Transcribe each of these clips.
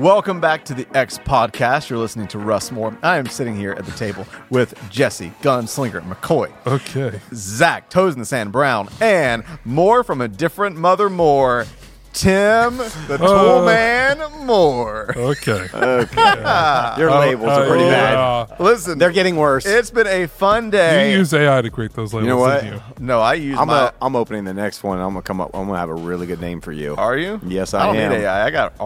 Welcome back to the X Podcast. You're listening to Russ Moore. I am sitting here at the table with Jesse Gunslinger McCoy, Okay. Zach Toes in the Sand Brown, and more from a different mother more, Tim the Tool Uh. Man Moore. Okay. Uh, Your labels are pretty bad. Listen, They're getting worse. it's been a fun bad. day. You use AI to create those labels. know what? didn't you? no, I use I'm my. a, I'm opening the next one. I'm gonna come up. I'm gonna have a really good name for you. Are you? Yes, I I don't am. need AI. I got RI.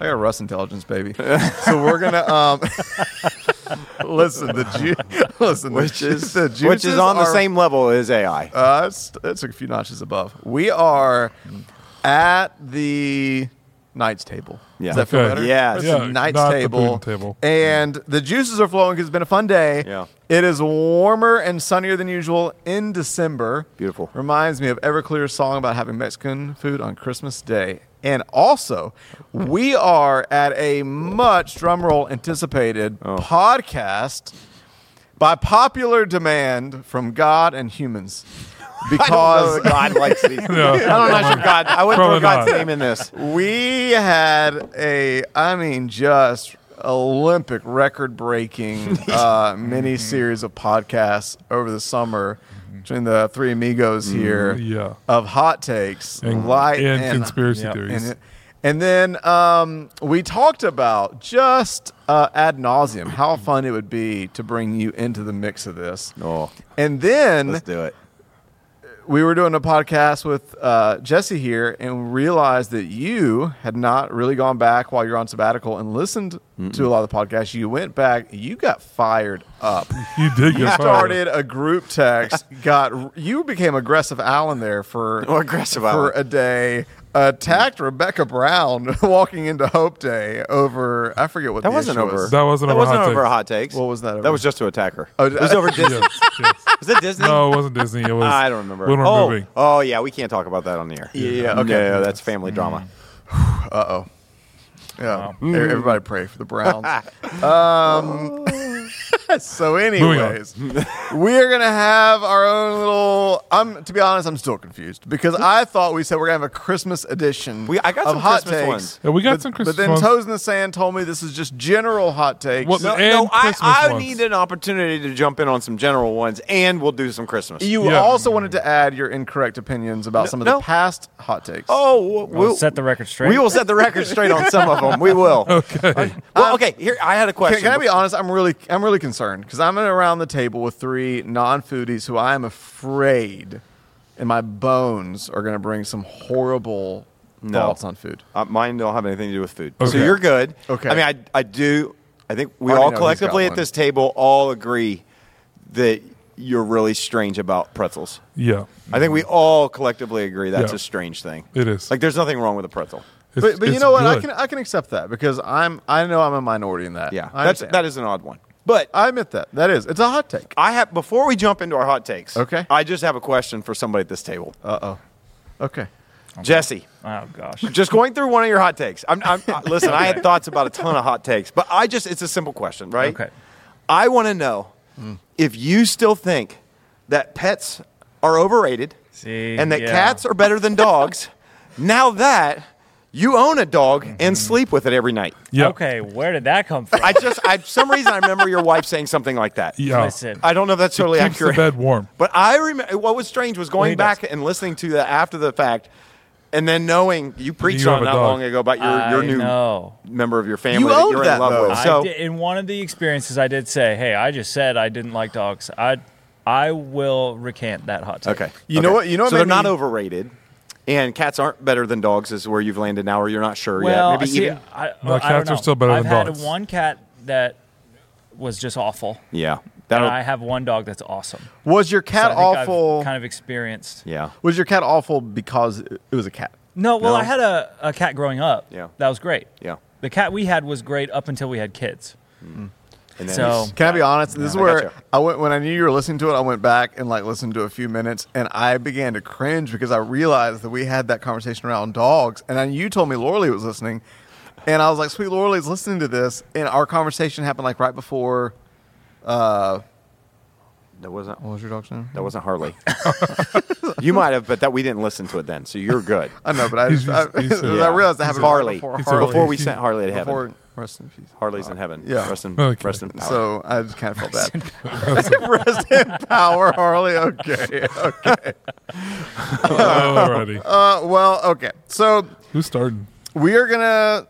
I got Russ intelligence, baby. so we're gonna um. listen, the ju- listen, Which the, ju- is the which juices is on the are- same level as AI. Uh, it's, it's a few notches above. We are at the knights table. Yeah. Does that feel Okay. better? Yes. It's Yeah, the knights not the table, pudding table. And the juices are flowing 'cause it's been a fun day. Yeah. It is warmer and sunnier than usual in December. Beautiful. Reminds me of Everclear's song about having Mexican food on Christmas Day. And also, we are at a much drumroll anticipated Oh. podcast by popular demand from God and humans. Because God likes these. No. I don't know if God. I wouldn't Probably throw God's not. name in this. we had a, I mean, just Olympic record breaking uh, mini series of podcasts over the summer between the three amigos here Mm-hmm. yeah. of hot takes, And, light, and and uh, conspiracy yeah, theories. and, it- and then um, we talked about just uh, ad nauseum how fun it would be to bring you into the mix of this. Oh, And then let's do it. we were doing a podcast with uh, Jesse here and realized that you had not really gone back while you're on sabbatical and listened to a lot of the podcasts. You went back, you got fired up. you did You get started a group text, got you became aggressive Alan there for Oh, aggressive for Alan. a day. Attacked Rebecca Brown walking into Hope Day over I forget what That the wasn't issue over. was. That wasn't that over wasn't hot over takes. hot takes. What was that over? That was just to attack her. Oh, it was over fired. Disney. Yes, yes. Was it Disney? No, it wasn't Disney. It was. I don't remember. When we're oh, moving. oh yeah, we can't talk about that on the air. Yeah, okay. No, that's family drama. Um, Yeah. E- Mm. Everybody pray for the Browns. um, so, on. anyways, we are gonna have our own little. I'm to be honest, I'm still confused because I thought we said we're gonna have a Christmas edition. We- I got of some hot Christmas takes. ones. Yeah, we got but, some But Christmas then ones. Toes in the Sand told me this is just general hot takes. What- No, And no I, Christmas I ones. need an opportunity to jump in on some general ones, and we'll do some Christmas. you Yeah. also wanted to add your incorrect opinions about some of the no. past hot takes. oh, we'll, We'll set the record straight. We will set the record straight on some of them. We will. Okay. Well, okay. Here, I had a Can, question. Um, can I be honest? I'm really, I'm really concerned because I'm around the table with three non-foodies who I am afraid, and my bones are going to bring some horrible No. thoughts on food. Uh, mine don't have anything to do with food. So Okay. you're good. Okay. I mean, I, I do. I think we I already all know he's collectively got at one. this table all agree that you're really strange about pretzels. Yeah, I think we all collectively agree that's Mm-hmm. Yeah. a strange thing. it is. Like, there's nothing wrong with a pretzel. It's- But, but you it's know what? I good. can, I can accept that because I'm, I know I'm a minority in that. Yeah, I that's understand. that is Uh, an odd one. But I admit that. That is. It's a hot take. I have before we jump into our hot takes. Okay. I just have a question for somebody at this table, Okay. Jesse. Oh gosh. Just going through one of your hot takes. I'm, I'm I- listen. I had thoughts about a ton of hot takes, but I just it's a simple question, right? Okay. I want to know Hmm. if you still think that pets are overrated See, and that yeah. cats are better than dogs. now that you own a dog Mm-hmm. and sleep with it every night. Yeah. Okay, where did that come from? I just, I, for some reason, I remember your wife saying something like that. Yeah. Listen. I don't know if that's totally Keeps the accurate. bed warm. But I remember what was strange was Well, going he back does. and listening to that after the fact, and then knowing you preached You have on a not dog. long ago about your, your I new know. member of your family You that owned you're that, in love though. with. I So did- in one of the experiences, I did say, "Hey, I just said I didn't like dogs." I I will recant that hot take. okay, You know Okay. what- you know what so they're made not me- overrated, and cats aren't better than dogs. Is where you've landed now, or you're not sure Well, yet. Maybe see, even I, No, I don't cats are know. still better I've than had dogs. one cat that was just awful, yeah, and that'll I have one dog that's awesome. Was your So I cat think I've awful? kind of experienced. yeah. was your cat awful because it it was a cat? No, well, No? I had a, a cat growing up. Yeah. that was great. Yeah. the cat we had was great up until we had kids. And then So- Can I be honest? This is I where gotcha. I went when I knew you were listening to it. I went back and like listened to a few minutes, and I began to cringe because I realized that we had that conversation around dogs, and then you told me Lorelei was listening, and I was like, "Sweet Lorelai's listening to this," and our conversation happened like right before, uh, That wasn't. What was your dog's name? That wasn't Harley. you might have, but that we didn't listen to it then, so you're good. I know, but I, just, I, he's- he's, I realized I He's haven't a- Harley. Before He's a- Harley. Before we sent Harley to heaven, Before, rest in peace. Harley's in heaven. Uh, Yeah. Rest in, Okay. rest in power. So I just kind of felt bad. Rest in power, Harley. Okay. okay. Alrighty. Uh, well, okay. So Who's starting? we are gonna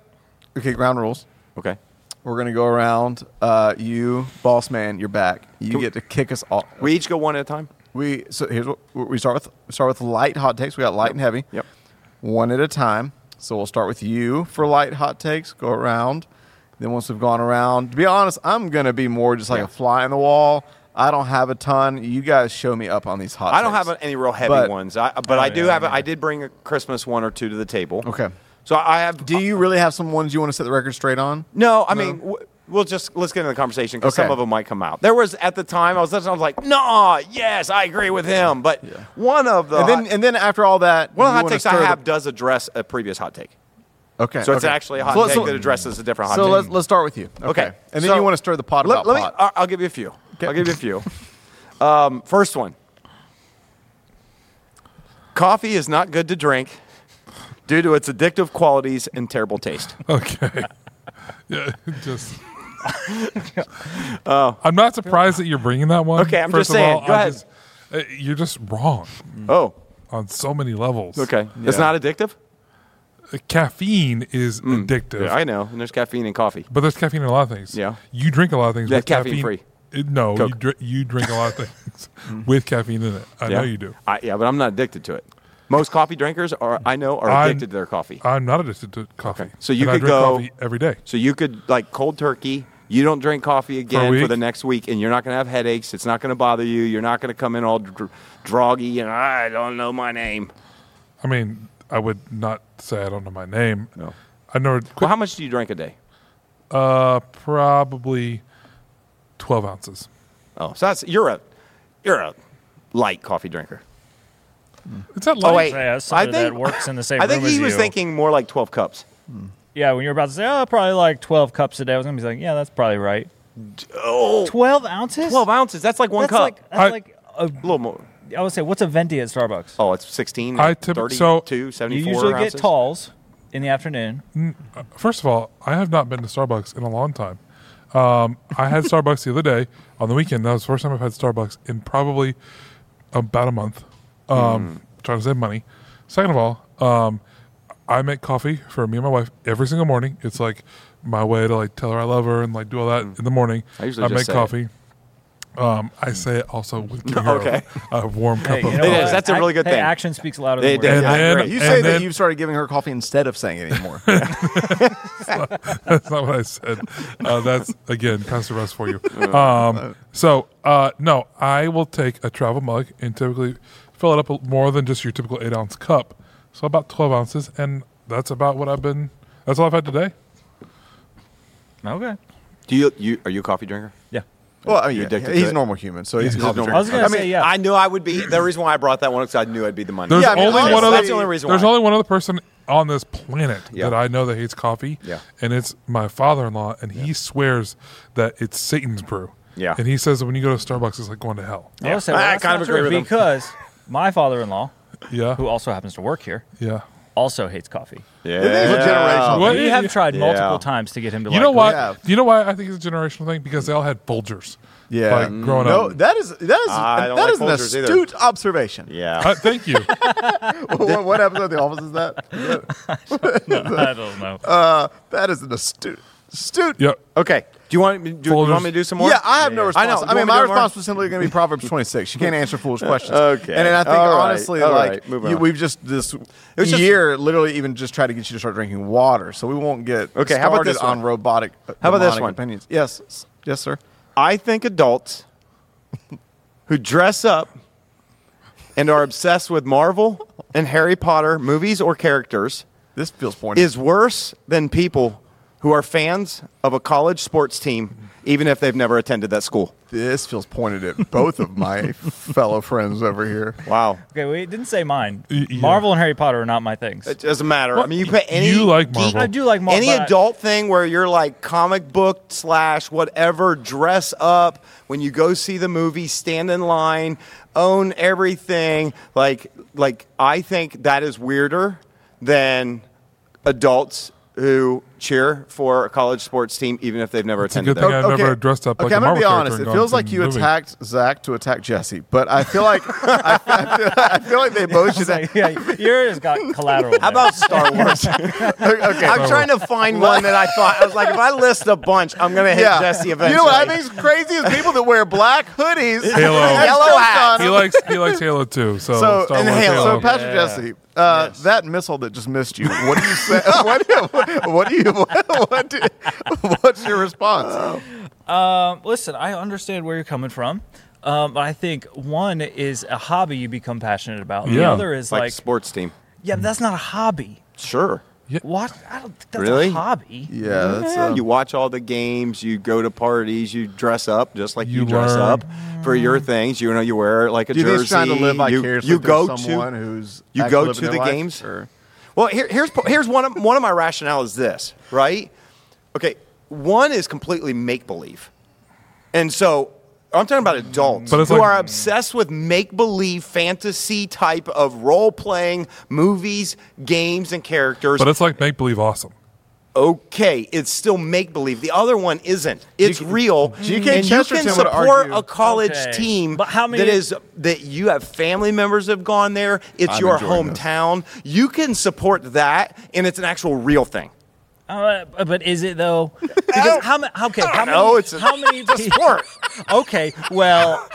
okay ground rules. okay. We're gonna go around. Uh, you, boss man, you're back. You get to kick us off. We each go one at a time. We so here's what we start with. We start with light hot takes. We got light and heavy. Yep. One at a time. So we'll start with you for light hot takes. Go around. Then once we've gone around, to be honest, I'm gonna be more just like Yeah. a fly in the wall. I don't have a ton. You guys show me up on these hot. I don't takes. have any real heavy But- Oh, ones, I, but I do yeah, have. yeah. I did bring a Christmas one or two to the table. Okay. So I have. Do you really have some ones you want to set the record straight on? No, I mean, w- we'll just let's get into the conversation because Okay. some of them might come out. There was at the time I was listening, I was like, nah, yes, I agree with him. But one of the And then, hot, and then after all that, one of you the hot wanna takes I stir the- have does address a previous hot take. Okay. So it's okay. actually a hot So let's- take so- that addresses a different hot So take. let's let's start with you. Okay. And then So- you want to stir the pot Let- about let me- pot. I- I'll give you a few. I'll give you a few. um, first one. Coffee is not good to drink due to its addictive qualities and terrible taste. Okay. Yeah, just. I'm not surprised that you're bringing that one. Oh. Okay, I'm First just of saying. all, Go I ahead. just- uh, you're just wrong Oh, on so many levels. okay. It's not addictive? Uh, Caffeine is addictive. Hmm. I know. And there's caffeine in coffee. But there's caffeine in a lot of things. Yeah. You drink a lot of things. Yeah, with caffeine Uh, No, you, Coke. dr- you drink a lot of things with caffeine in it. I know you do. I, yeah, but I'm not addicted to it. Most coffee drinkers are, I know, are I'm- addicted to their coffee. I'm not addicted to coffee. Okay. So you and I could drink go- coffee every day. so you could like cold turkey. You don't drink coffee again for, week? the next week, and you're not going to have headaches. It's not going to bother you. You're not going to come in all dr- droggy and I don't know my name. I mean, I would not say I don't know my name. No. I never Well, quit. how much do you drink a day? uh, probably 12 ounces. Oh, so that's you're a you're a light coffee drinker. It's that light. oh wait, Yeah, that's somebody that works in the same I think room as he was you. thinking more like twelve cups. Yeah, when you were about to say, oh, probably like 12 cups a day, I was going to be like, yeah, that's probably right. Oh, 12 ounces? twelve ounces. That's like one That's cup. like, that's I- like a a, little more. I would say, what's a venti at Starbucks? Oh, it's 16, I I typ- 32, so- 74 you usually ounces. get talls in the afternoon. First of all, I have not been to Starbucks in a long time. Um, I had Starbucks the other day on the weekend. That was the first time I've had Starbucks in probably about a month. Hmm. Um, Trying to save money. Second of all, um, I make coffee for me and my wife every single morning. It's like my way to like tell her I love her and like do all that in the morning. Hmm. I usually just make say it. Hmm. coffee. Um, I say it also with giving her Okay. a, a warm cup Hey, you of know It what? is. That's a Ac- really good hey, thing. Action speaks louder They than did. words. And Yeah, I then- agree. You and say that then- you've started giving her coffee instead of saying it anymore. That's not what I said. Uh, that's again, Pastor Russ for you. Um, so uh, no, I will take a travel mug and typically fill it up a- more than just your typical eight ounce cup. So about twelve ounces, and that's about what I've been. That's all I've had today. Okay. Do you, you are you a coffee drinker? Yeah. well, I mean, You're yeah, addicted to he's it. a normal human, so he's He's a a coffee drinker. normal I was going I to mean, say, yeah. I knew I would be. The reason why I brought that one because I knew I'd be the money. There's Yeah, I mean, only one honestly- other. That's the only reason There's why. only one other person on this planet Yeah. that I know that hates coffee. Yeah. and it's my father-in-law, and he swears that it's Satan's brew. Yeah. and he says that when you go to Starbucks, it's like going to hell. I, will say, I well, that's kind not of agree true with him. because my father-in-law, Yeah, who also happens to work here, yeah. also hates coffee. generation. What we is- have tried Yeah. multiple times to get him to You like know it. why? Yeah. Do you know why I think it's a generational thing? Because they all had Folgers. Yeah. Like growing no, up. that is that is that I don't like is an Folgers either. astute observation. Yeah. Uh, thank you. what, what episode of The Office is that? I don't know. Uh, that is an astute, astute. yep. okay. Do you want do, you Folders. want me to do some more? Yeah, I have no I response. know. I, Do you mean, want me my to do more? response was simply going to be Proverbs 26. You can't answer foolish questions. Okay. And then I think, All right. honestly, All like, right. Moving you, on. we've just this was just- year literally even just tried to get you to start drinking water. So we won't get Okay, started how about this on one? robotic How about this demonic one? opinions. Yes. s- Yes, sir. I think adults who dress up and are obsessed with Marvel and Harry Potter movies or characters This feels pointed. is worse than people who are fans of a college sports team even if they've never attended that school. This feels pointed at both of my fellow friends over here. Wow. Okay, we didn't say mine. Y- yeah. Marvel and Harry Potter are not my things. It doesn't matter. I mean, you put any you like deep- Marvel. I do like Marvel. any adult thing where you're like comic book slash whatever, dress up when you go see the movie, stand in line, own everything. Like, like I think that is weirder than adults who cheer for a college sports team, even if they've never a attended. good that. thing I've never dressed up like okay, a I'm gonna Marvel be character honest. and It gone feels to like the you movie. attacked Zach to attack Jesse, but I feel like I, I, feel, I feel like they both should. Like, yeah, yours got collateral. How about Star Wars? Okay, I'm trying to find one that I thought I was like, if I list a bunch, I'm gonna hit Jesse eventually. You know what I think's crazy is people that wear black hoodies, Halo. and Yellow stilts hats. on He them. likes he likes Halo too. So So, Star and Wars, Halo. so Halo. Patrick Yeah. Jesse, uh, that missile that just missed you. What do you say? what, what, what do you? What, what do, what's your response? Um, listen, I understand where you're coming from. Um, but I think one is a hobby you become passionate about. The Yeah. other is like, like, sports team. yeah, but that's not a hobby. Sure. What? I don't think that's Really? a hobby. Yeah, that's, Yeah, uh, you watch all the games, you go to parties, you dress up just like you, You dress learn. up for your things. You know, you wear like a do you think jersey. he's trying to live you, vicariously you through go someone to who's you actually go living to their the life? games? Or- Well, here, here's here's one of, one of my rationale is this, right? Okay, one is completely make believe, and so I'm talking about adults But it's who like- are obsessed with make believe fantasy type of role playing movies, games, and characters. But it's like make believe awesome. okay, it's still make believe. The other one isn't. It's real. GK and you Chesterton can would support argue- a college Okay. team But how many- that is that you have family members have gone there. It's I'm your enjoying this. hometown. You can support that, and it's an actual real thing. Uh, but is it though? Because how many? Okay, how many? know, it's a- how many? It's a sport. okay, well,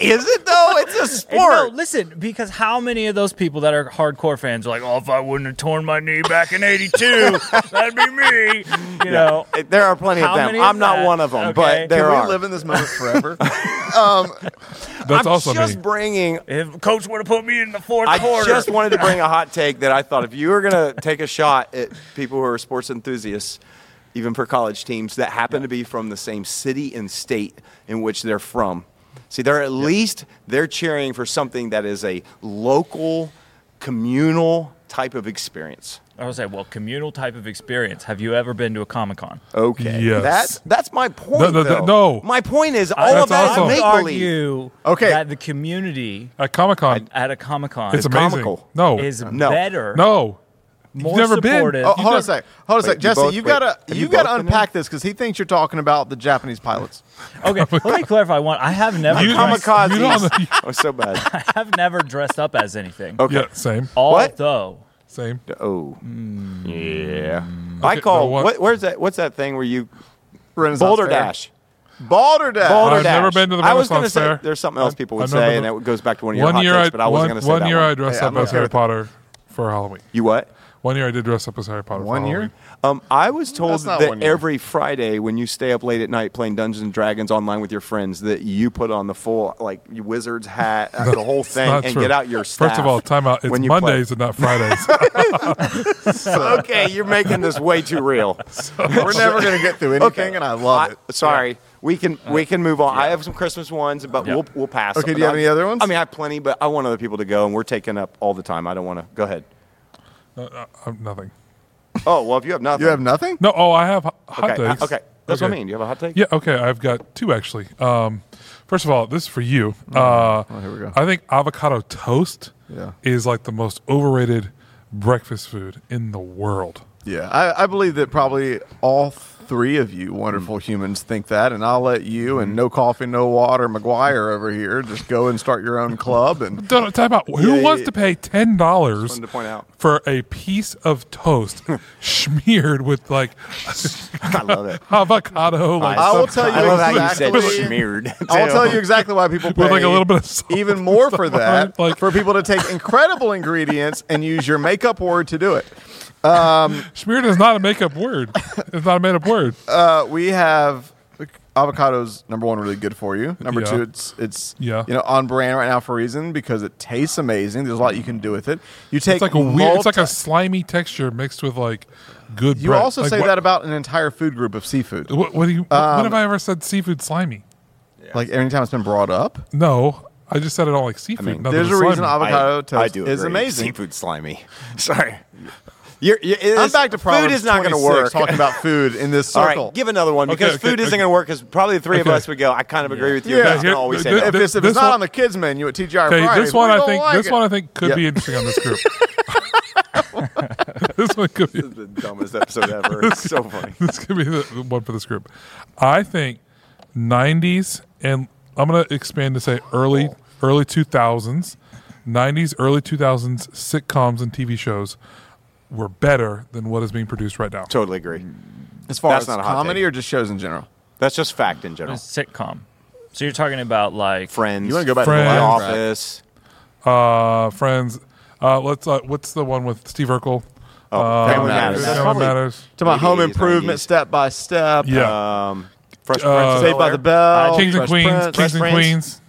is it though? It's a no. sport. Listen, because how many of those people that are hardcore fans are like, "Oh, if I wouldn't have torn my knee back in '82, that'd be me." You know, There are plenty How of them. many I'm is not that? one of them, Okay. but Can there Can we are. live in this moment forever? That's I'm also just me. bringing if Coach would have put me in the fourth I quarter, just wanted to bring a hot take that I thought if you were going to take a shot at people who are sports enthusiasts, even for college teams that happen to be from the same city and state in which they're from, see, they're at least they're cheering for something that is a local, communal type of experience. I would say, well, communal type of experience. Have you ever been to a Comic Con? Okay, Yes. that's that's my point. No, no, no, though. no. my point is all That's of that is awesome. make believe. argue Okay. that the community At Comic Con, at a Comic Con it's is amazing. comical. No, No. better, no. more never been. supportive. Oh, hold on a never- sec. Hold on a Wait, sec, you Jesse. both- you've wait, got to you've have you got to both been unpack this because he thinks you're talking about the Japanese pilots. Okay, let me clarify one. I have never, You- dressed, You Kamikazes. don't- Oh, so bad. I have never dressed up as anything. Okay. Yeah, same, What? Although same. Oh, yeah. I call no, Hmm. what- what? Where's that? What's that thing where you Renaissance Boulder Fair. Dash. Boulder Dash. Boulder I've Dash. never been to the I Renaissance was gonna say Fair. there's something else I've- people I've would never say, and been- that goes back to one of your One hot year, takes, I but I one, wasn't going to say one that year one. I dressed Hey, up I'm as okay Harry with- Potter for Halloween. You what? One year I did dress up as Harry Potter. for One year? Halloween. Um, I was told That's not that one year. every Friday when you stay up late at night playing Dungeons and Dragons online with your friends, that you put on the full like wizard's hat, uh, the whole thing, Not and true. get out your staff. First of all, time out. It's when you play. Mondays and not Fridays. okay, you're making this way too real. We're never going to get through anything, and I love it. Sorry. We can we can move on. I have some Christmas ones, but Yeah. we'll we'll pass. Okay, do you have I- any other ones? I mean, I have plenty, but I want other people to go, and we're taking up all the time. I don't want to. Go ahead. No, uh, uh, nothing. Oh well, if you have nothing, You have nothing? No. Oh, I have h- hot Okay, takes. uh, okay, that's what I mean. Do you have a hot take? Yeah. Okay. I've got two actually. Um, first of all, this is for you. Mm-hmm. Uh, Oh, here we go. I think avocado toast Yeah. is like the most overrated breakfast food in the world. Yeah, I, I believe that probably all three of you wonderful humans think that, and I'll let you and no coffee, no water, McGuire over here just go and start your own club. And Don't talk about who Yeah, wants yeah. to pay ten dollars wanted to point out. for a piece of toast smeared with like I love it. avocado, like I will some- tell you I love how you exactly- said smeared. I'll too. tell you exactly why people pay With, like, a little bit of salt even more for that, like- for people to take incredible ingredients and use your makeup word to do it. smeared is not a makeup word. It's not a made up word. Uh, we have avocados. Number one, really good for you. Number Yeah. two, it's it's Yeah. you know on brand right now for a reason because it tastes amazing. There's a lot you can do with it. You take it's like a weird. It's like multi- a slimy texture mixed with like good. You bread. also Like, say what- that Um, about an entire food group of seafood. What, what do you? when have I ever said seafood slimy? Like anytime it's been brought up, No, I just said I don't like seafood. mean, nothing there's a is reason slimy. avocado I, I toast do is agree. amazing. Seafood slimy. Sorry. You're, you it I'm is- back to Proverbs food is not going to 26, work. Talking about food in this All circle. right, give another one because okay, food isn't okay. going to work. Because probably the three of Okay. us would go. I kind of agree with you. Yeah, Yeah, here- always say th- that. if it's, if This it's not one- on the kids menu at TGI Okay, Fridays, this one we I don't think like this it. one I think could Yeah. be interesting on this group. this one could be the dumbest episode ever. It's so funny. this could be the the one for this group. I think '90s and I'm going to expand to say early early 2000s, '90s early 2000s sitcoms and TV shows were better than what is being produced right now. Totally agree. as far That's as not a hot comedy take. or just shows in general. That's just fact in A general. sitcom. So you're talking about like Friends. You wanna go back to the The Friends. Office. Uh, friends, uh, let's uh, what's the one with Steve Urkel? Uh, Family Matters. Family That's probably- Matters. To my home 80s, improvement, 90s. step by step. uh, Yeah, Um, Fresh Prince. Uh, of Saved by the Bel-Air. Bell. Kings and Uh, Fresh Queens. Prince. Kings and Fresh Queens.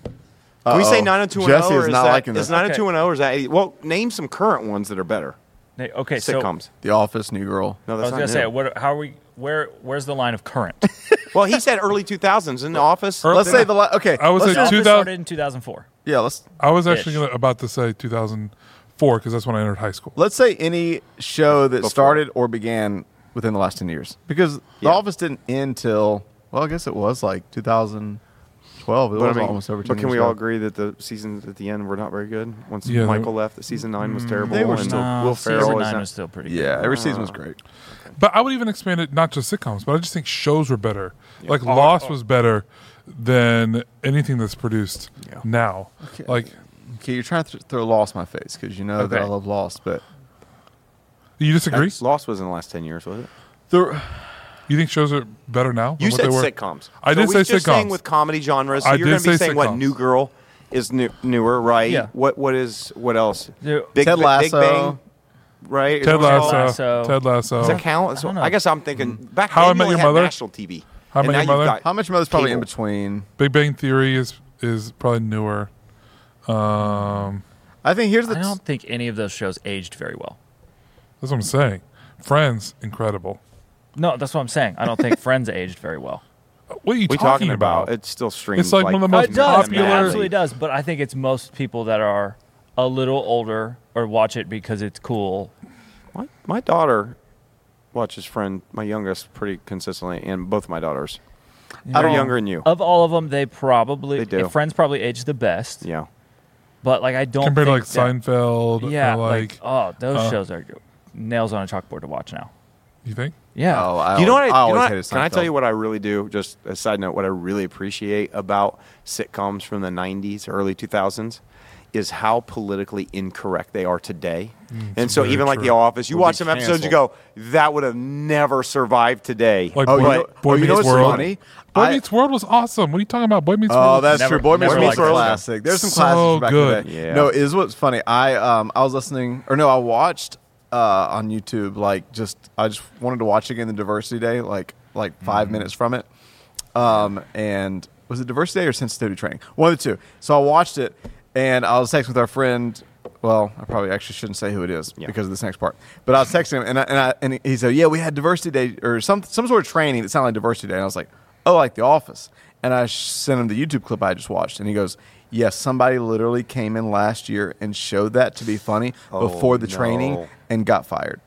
Can we say Uh-oh. 90210? Jesse is or not that, liking this. Is 90210 or is that 80? Well, name some current ones that are better. Hey, okay, so Sitcoms. The Office, New Girl. No, I that's was not gonna say, new. what, how are we? Where? Where's the line of current? Well, he said early 2000s in the office. Early- Let's say the la- okay. I was let's- at Office 2000 started in 2004. yeah. Let's I was actually Ish. gonna, about to say 2004 because that's when I entered high school. let's say any show that started or began within the last ten years, because The Office didn't end till well, I guess it was like 2012. It But, I was mean, almost over. 10 but can years we all ago. agree that the seasons at the end were not very good? Once Yeah, they- Michael left, that season nine was terrible. Mm, They were and still- No, Will season Ferrell is nine not- was still pretty. good. Yeah, Ah. every season was great. But I would even expand it not just sitcoms, but I just think shows were better. Oh, Like Lost was better than anything that's produced Yeah. now. Like Okay, you're trying to th- throw Lost in my face because you know that I Okay. love Lost, but you disagree? Lost was in the last 10 years, was it? the You think shows are better now? than You what said they were? sitcoms. I did so say we just saying sitcoms. with comedy genres. So I you're did going to be say saying what sitcoms. New Girl is new, newer, right? Yeah. What what is what else? Yeah. Big, Ted Ba- Big Lasso. Bang, right? Is Ted what it's Lasso, called? Lasso. Ted Lasso. Does that count? So- don't know. I, guess I'm thinking back. How I then you Met only Your had Mother? National TV. How I And Met now Your you've Mother? got How Much Mother's probably in cable. between. Big Bang Theory is is probably newer. Um, I think here's the I don't think any of those shows aged very well. that's what I'm saying. Friends, incredible. No, that's what I'm saying. I don't think Friends aged very well. Uh, What are you We talking, talking about? about? It's still streamed. It's like one of the most it does. popular- It absolutely does. But I think it's most people that are a little older or watch it because it's cool. My, my daughter watches Friend, my youngest, pretty consistently, and both my daughters. They're don't- younger than you. Of all of them, they probably They do. Friends probably aged the best. yeah. But like I don't Compared to like think that- Seinfeld, Yeah, or like, like, oh, those uh, shows are nails on a chalkboard to watch now. you think? Yeah. Oh, I you know what? always- I, you I know always what- hated can I tell Seinfeld. you what I really do? Just a side note, what I really appreciate about sitcoms from the '90s, early 2000s, is how politically incorrect they are today. and so, Mm, very even like true. The Office, you Would watch be some episodes, you go, "That would have never survived today." Like Oh, you Boy, know- Boy oh, you Meets know what's World. funny? Boy I- Meets World was awesome. What are you talking about? Boy Meets Oh, World. that's Never- true. Boy Meets never World's liked that. classic. There's some So classics from back in good. the day. Yeah. No, it is what's funny. I um I was listening or no, I watched uh on YouTube like just I just wanted to watch again the Diversity Day like like 5 minutes from it. Um and was it Diversity Day or Sensitivity Training? One of the two. So I watched it and I was texting with our friend well, I probably actually shouldn't say who it is Yeah. because of this next part. But I was texting him, and I, and, I, and he said, "Yeah, we had diversity day or some some sort of training that sounded like diversity day." And I was like, "Oh, like The Office." And I sh- sent him the YouTube clip I just watched, and he goes, "Yes, somebody literally came in last year and showed that to be funny Oh, before the no. training and got fired."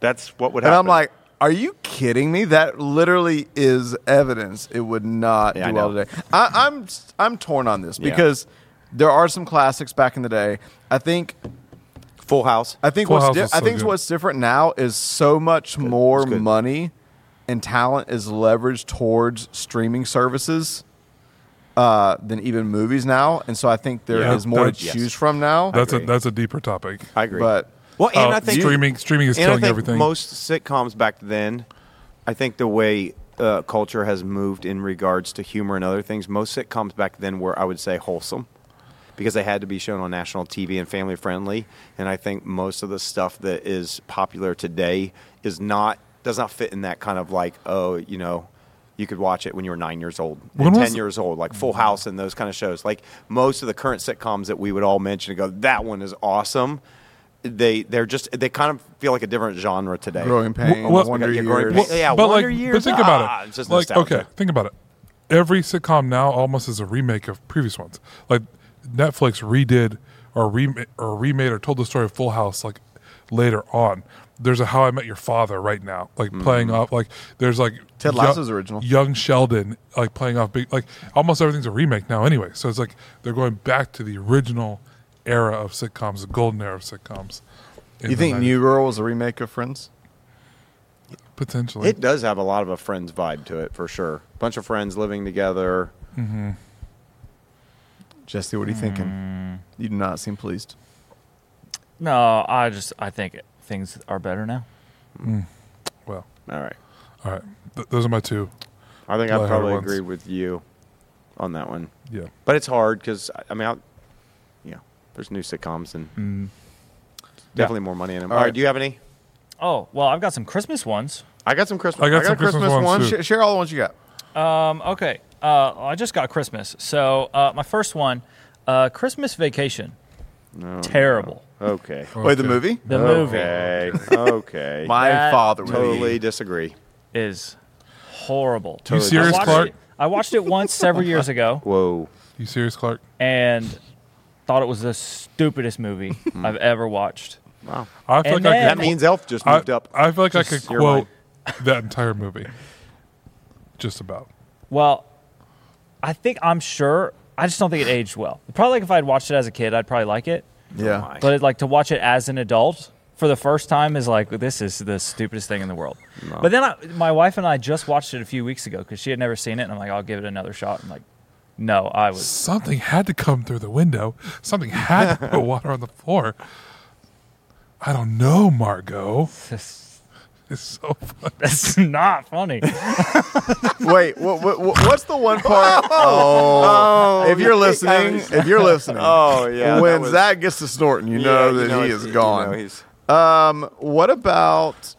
That's what would And happen. I'm like, "Are you kidding me? That literally is evidence it would not Yeah, I do well know. today." I, I'm I'm torn on this Yeah. because there are some classics back in the day. I think Full House. I think Full what's House di- was I so think good. what's different now is so much more It's good. money and talent is leveraged towards streaming services uh, than even movies now, and so I think there is Yeah. more to That- yes. choose from now. That's a agree. that's a deeper topic. I agree. But well, and Uh, I think streaming streaming is and I killing think everything. most sitcoms back then, I think the way uh, culture has moved in regards to humor and other things, most sitcoms back then were, I would say, wholesome because they had to be shown on national TV and family friendly. And I think most of the stuff that is popular today is not does not fit in that kind of like oh you know. You could watch it when you were nine years old, and When was- ten years old, like Full House and those kind of shows. Like most of the current sitcoms that we would all mention and go, "That one is awesome." they they're just they kind of feel like a different genre today. Growing pain, well- wonder Yeah, years. growing pain. yeah, but Wonder like, Years. But think ah, about it. it's just like, nostalgia. okay, think about it. Every sitcom now almost is a remake of previous ones. Like Netflix redid or remade or remade or told the story of Full House like later on. There's a How I Met Your Father right now, like playing off like there's like Mm-hmm. Ted yo- Lasso's original. young Sheldon like playing off big like almost everything's a remake now anyway. So it's like they're going back to the original era of sitcoms, the golden era of sitcoms. in You the think 90s. New Girl was a remake of Friends? potentially It does have a lot of a friends vibe to it for sure. Bunch of friends living together. Jesse, what are you thinking? Hmm. You do not seem pleased. No, I just I think things are better now. well. All right. All right, Th- those are my two. I think I Like probably hard ones. agree with you on that one. Yeah. But it's hard because I mean, I, yeah, there's new sitcoms and definitely more money in them. All All right. right. do you have any? Oh well, I've got some Christmas ones. I got some Christmas. I got some Christmas ones, one. too. Sh- share all the ones you got. Um, okay, uh, I just got Christmas. So uh, my first one, uh, Christmas Vacation. Terrible. Okay. Wait, the Okay. movie? The movie Okay. okay. My That- father would be- totally disagree. is horrible. You I serious, watched Clark? it- I watched it once several years ago. Whoa. You serious, Clark? and thought it was the stupidest movie I've ever watched. Wow. I feel And like then- I That could, means Elf just I, moved up. I feel like I could Just your mind. quote that entire movie. Just about. Well, I think I'm sure. I just don't think it aged well. Probably like if I'd watched it as a kid, I'd probably like it. Yeah. my. But like to watch it as an adult for the first time is like this is the stupidest thing in the world. But then I, my wife and I just watched it a few weeks ago because she had never seen it, and I'm like, I'll give it another shot. And like, no, I was Something had to come through the window. Something had to put water on the floor. I don't know, Margot. that's, It's so funny. that's not funny. Wait, what, what, what's the one part? oh, if you're listening, if you're listening, Oh, yeah, when that was- Zach gets to snorting, you Yeah, know you that know he it's- is you gone. know he's- um, what about?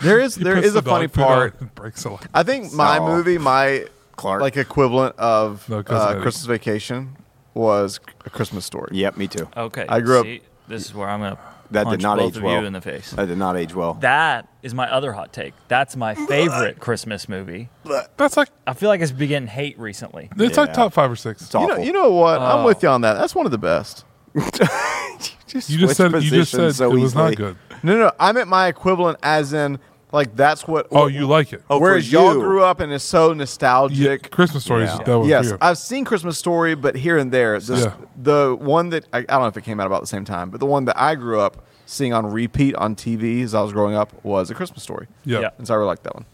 There is there Puts is the a funny dog food out part. and breaks a lot. I think my Aw. movie, my Clark. like equivalent of No, 'cause of uh, it. Christmas Vacation was A Christmas Story. Yep, me too. Okay, I grew up- see, This is where I'm gonna That punch did not both age of well. you in the face. That did not age well. That is my other hot take. That's my favorite Christmas movie. That's like I feel like it's been getting hate recently. it's Yeah. like top five or six. all- You know, Awful. you know what? Oh. I'm with you on that. That's one of the best. you just switch said you just positions said so it was easily. not good. No, no, I meant my equivalent, as in like that's what. Oh, you like it? Oh, for Whereas y'all you. grew up and is so yeah. nostalgic. Christmas stories. Yeah. That was Yes, for you. I've seen Christmas Story, but here and there, this, Yeah. the one that I, I don't know if it came out about the same time, but the one that I grew up seeing on repeat on TV as I was growing up was A Christmas Story, yeah. Yeah. and so I really liked that one.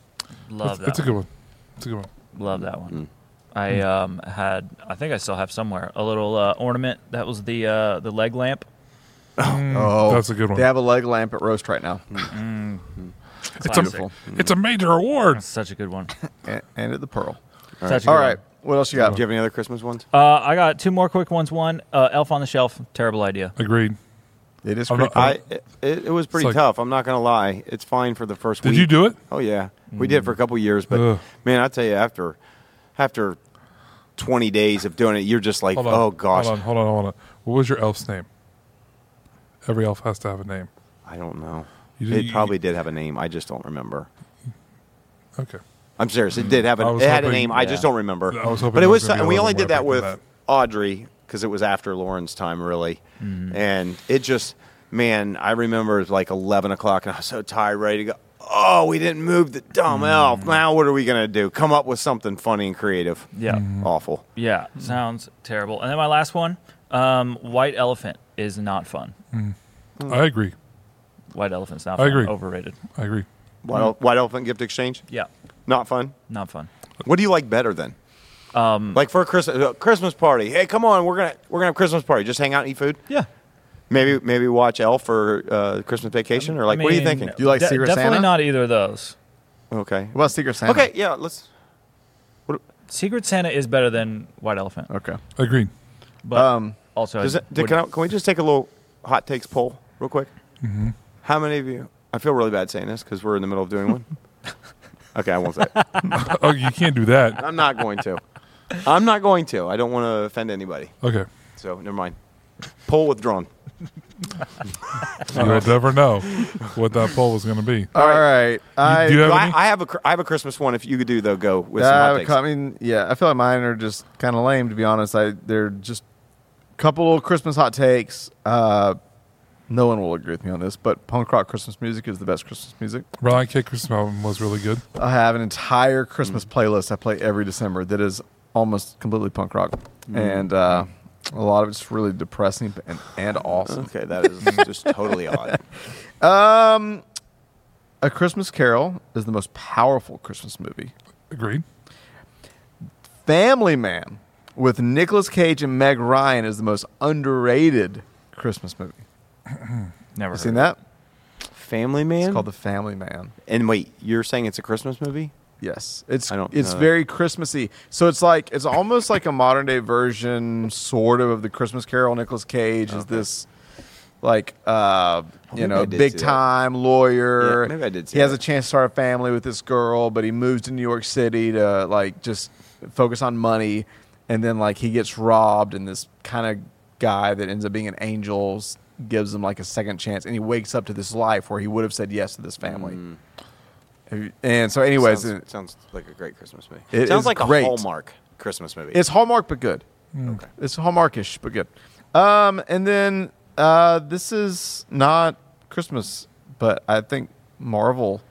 Love that. It's a good one. It's a good one. one. Love that Mm. one. I um, had, I think I still have somewhere a little uh, ornament that was the uh, the leg lamp. Oh, Mm, that's a good one. Mm. They have a leg lamp at roast right now, It's a, Classic. Mm. it's a major award. That's such a good one. and, and at the Pearl. Such a good All right, one. what else you Do got? you have any other Christmas ones? Uh, I got two more quick ones. One, uh, Elf on the Shelf. Terrible idea. Agreed. It is I'm creepy. not- I it, it was pretty like- tough. I'm not gonna lie. It's fine for the first Did week. you do it? Oh yeah, we did for a couple years, but Ugh. man, I tell you, after after 20 days of doing it, you're just like, Hold on. oh gosh, Hold on, hold on, hold on. What was your elf's name? Every elf has to have a name. I don't know. You- it you- probably did have a name. I just don't remember. Okay. I'm serious. It did have I a. It was had a hoping- name. I just yeah. don't remember. I was hoping but it I was. was gonna be we a only little did that more with effective Audrey because it was after Lauren's time, really. Mm-hmm. And it just, man, I remember it was like 11 o'clock, and I was so tired, ready to go. Oh, we didn't move the dumb Mm. elf. Now what are we gonna do? Come up with something funny and creative. Yeah. Awful. Yeah, Mm. sounds terrible. And then my last one, um, White Elephant is not fun. Mm. I agree. White Elephant's not I fun. agree. Overrated. I agree. White, Mm-hmm. el- white elephant gift exchange. Yeah, Not fun. not fun. What do you like better then? Um, like for a Christmas a Christmas party. Hey, come on, we're gonna we're gonna have a Christmas party. Just hang out and eat food. Yeah. Maybe maybe watch Elf or uh, Christmas Vacation or like what are you mean, thinking? Do you like Secret Definitely Santa? not either of those. Okay. what about Secret Santa? Okay. Yeah. Let's. Secret Santa is better than White Elephant. okay. Agreed. But Um, also, I Does it, would- did, can, I, can we just take a little hot takes poll real quick? Mm-hmm. How many of you? I feel really bad saying this because we're in the middle of doing one. okay, I won't say. It. oh, you can't do that. I'm not going to. I'm not going to. I don't want to offend anybody. Okay. So never mind. Poll withdrawn. You would never know what that poll was going to be. All right. I, do you have- I, Ebony? I have a cr- I have a Christmas one. If you could do though, go with some Uh, hot takes. I mean, yeah, I feel like mine are just kind of lame, to be honest. I They're just a couple little Christmas hot takes. Uh, no one will agree with me on this, but punk rock Christmas music is the best Christmas music. Reliant K Christmas album was really good. I have an entire Christmas Mm. playlist I play every December that is almost completely punk rock, Mm. and uh, a lot of it's really depressing and, and awesome. Okay, that is just totally odd. Um, a Christmas Carol is the most powerful Christmas movie. Agreed. Family Man with Nicolas Cage and Meg Ryan is the most underrated Christmas movie. Never You heard seen of it. that? Family Man. It's called The Family Man. and wait, you're saying it's a Christmas movie? Yes, it's I don't it's know that. very Christmassy. So it's like it's almost like a modern day version, sort of, of the Christmas Carol. Nicolas Cage is this like uh, you maybe know I did big see that. time lawyer. Yeah, maybe I did see He has that. a chance to start a family with this girl, but he moves to New York City to like just focus on money, and then like he gets robbed, and this kind of guy that ends up being an angel s- gives him like a second chance, and he wakes up to this life where he would have said yes to this family. Have you- And so, anyways, Mm. sounds, it- sounds like a great Christmas movie. It sounds is like great. a Hallmark Christmas movie. It's Hallmark, but good. okay. It's Hallmarkish, but good. Um, and then uh, this is not Christmas, but I think Marvel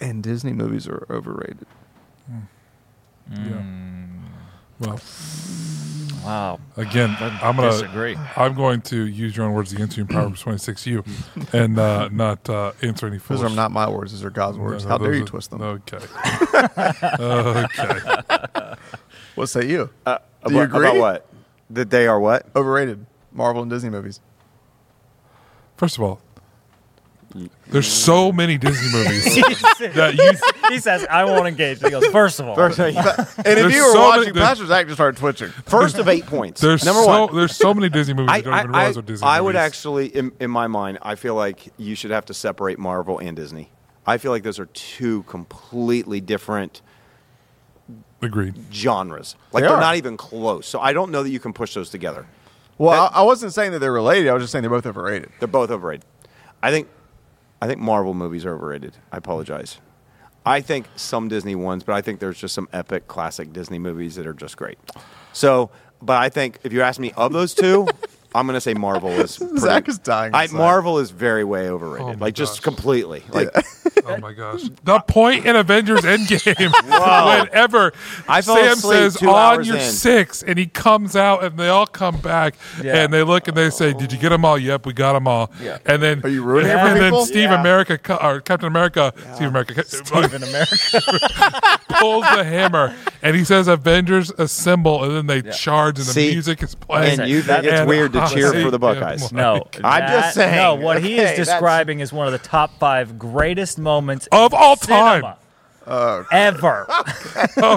and Disney movies are overrated. Yeah. Well, Wow. again, I'm gonna disagree. I'm going to use your own words against you in Proverbs 26 you, and uh, not uh, answer any Those foolish. are not my words; those are God's No, words. no, How dare those you are- twist them? Okay. okay. What say you? Uh, Do you about, about agree? what? That they are what? Overrated Marvel and Disney movies. First of all, there's so many Disney movies. that you, he says, I won't engage. He goes, first of all, uh, And if There's you were so many- watching, there's- Pastor's act just started twitching. First of eight points. there's Number so one. there's so many Disney movies I, I, don't even I, realize are Disney. I, I would movies. actually, in, in my mind, I feel like you should have to separate Marvel and Disney. I feel like those are two completely different agreed. genres. Like They they're are. not even close. So I don't know that you can push those together. Well, I, I wasn't saying that they're related. I was just saying they're both overrated. They're both overrated. I think I think Marvel movies are overrated. I apologize. I think some Disney ones, but I think there's just some epic classic Disney movies that are just great. So, but I think if you ask me of those two, I'm going to say Marvel is pretty, Zach is dying I, inside. Marvel is very way overrated. Oh my like just gosh. completely. Like Oh my gosh. The point in Avengers Endgame whenever I fell Sam asleep says two on hours your in." six and he comes out and they all come back Yeah. and they look and they say, Did you get them all? Yep, we got them all. Yeah. And then Are you ruining it for and, then people? Steve Yeah. America co- or Captain America Steve America ca- Stephen America. pulls the hammer and he says Avengers assemble and then they charge and the See, music is playing. and you think it's And weird to cheer I- for the Buckeyes. No. I'm just that- No, saying. what Okay, he is that's- describing is one of the top five greatest moments Of in all time. cinema. Ever. Oh,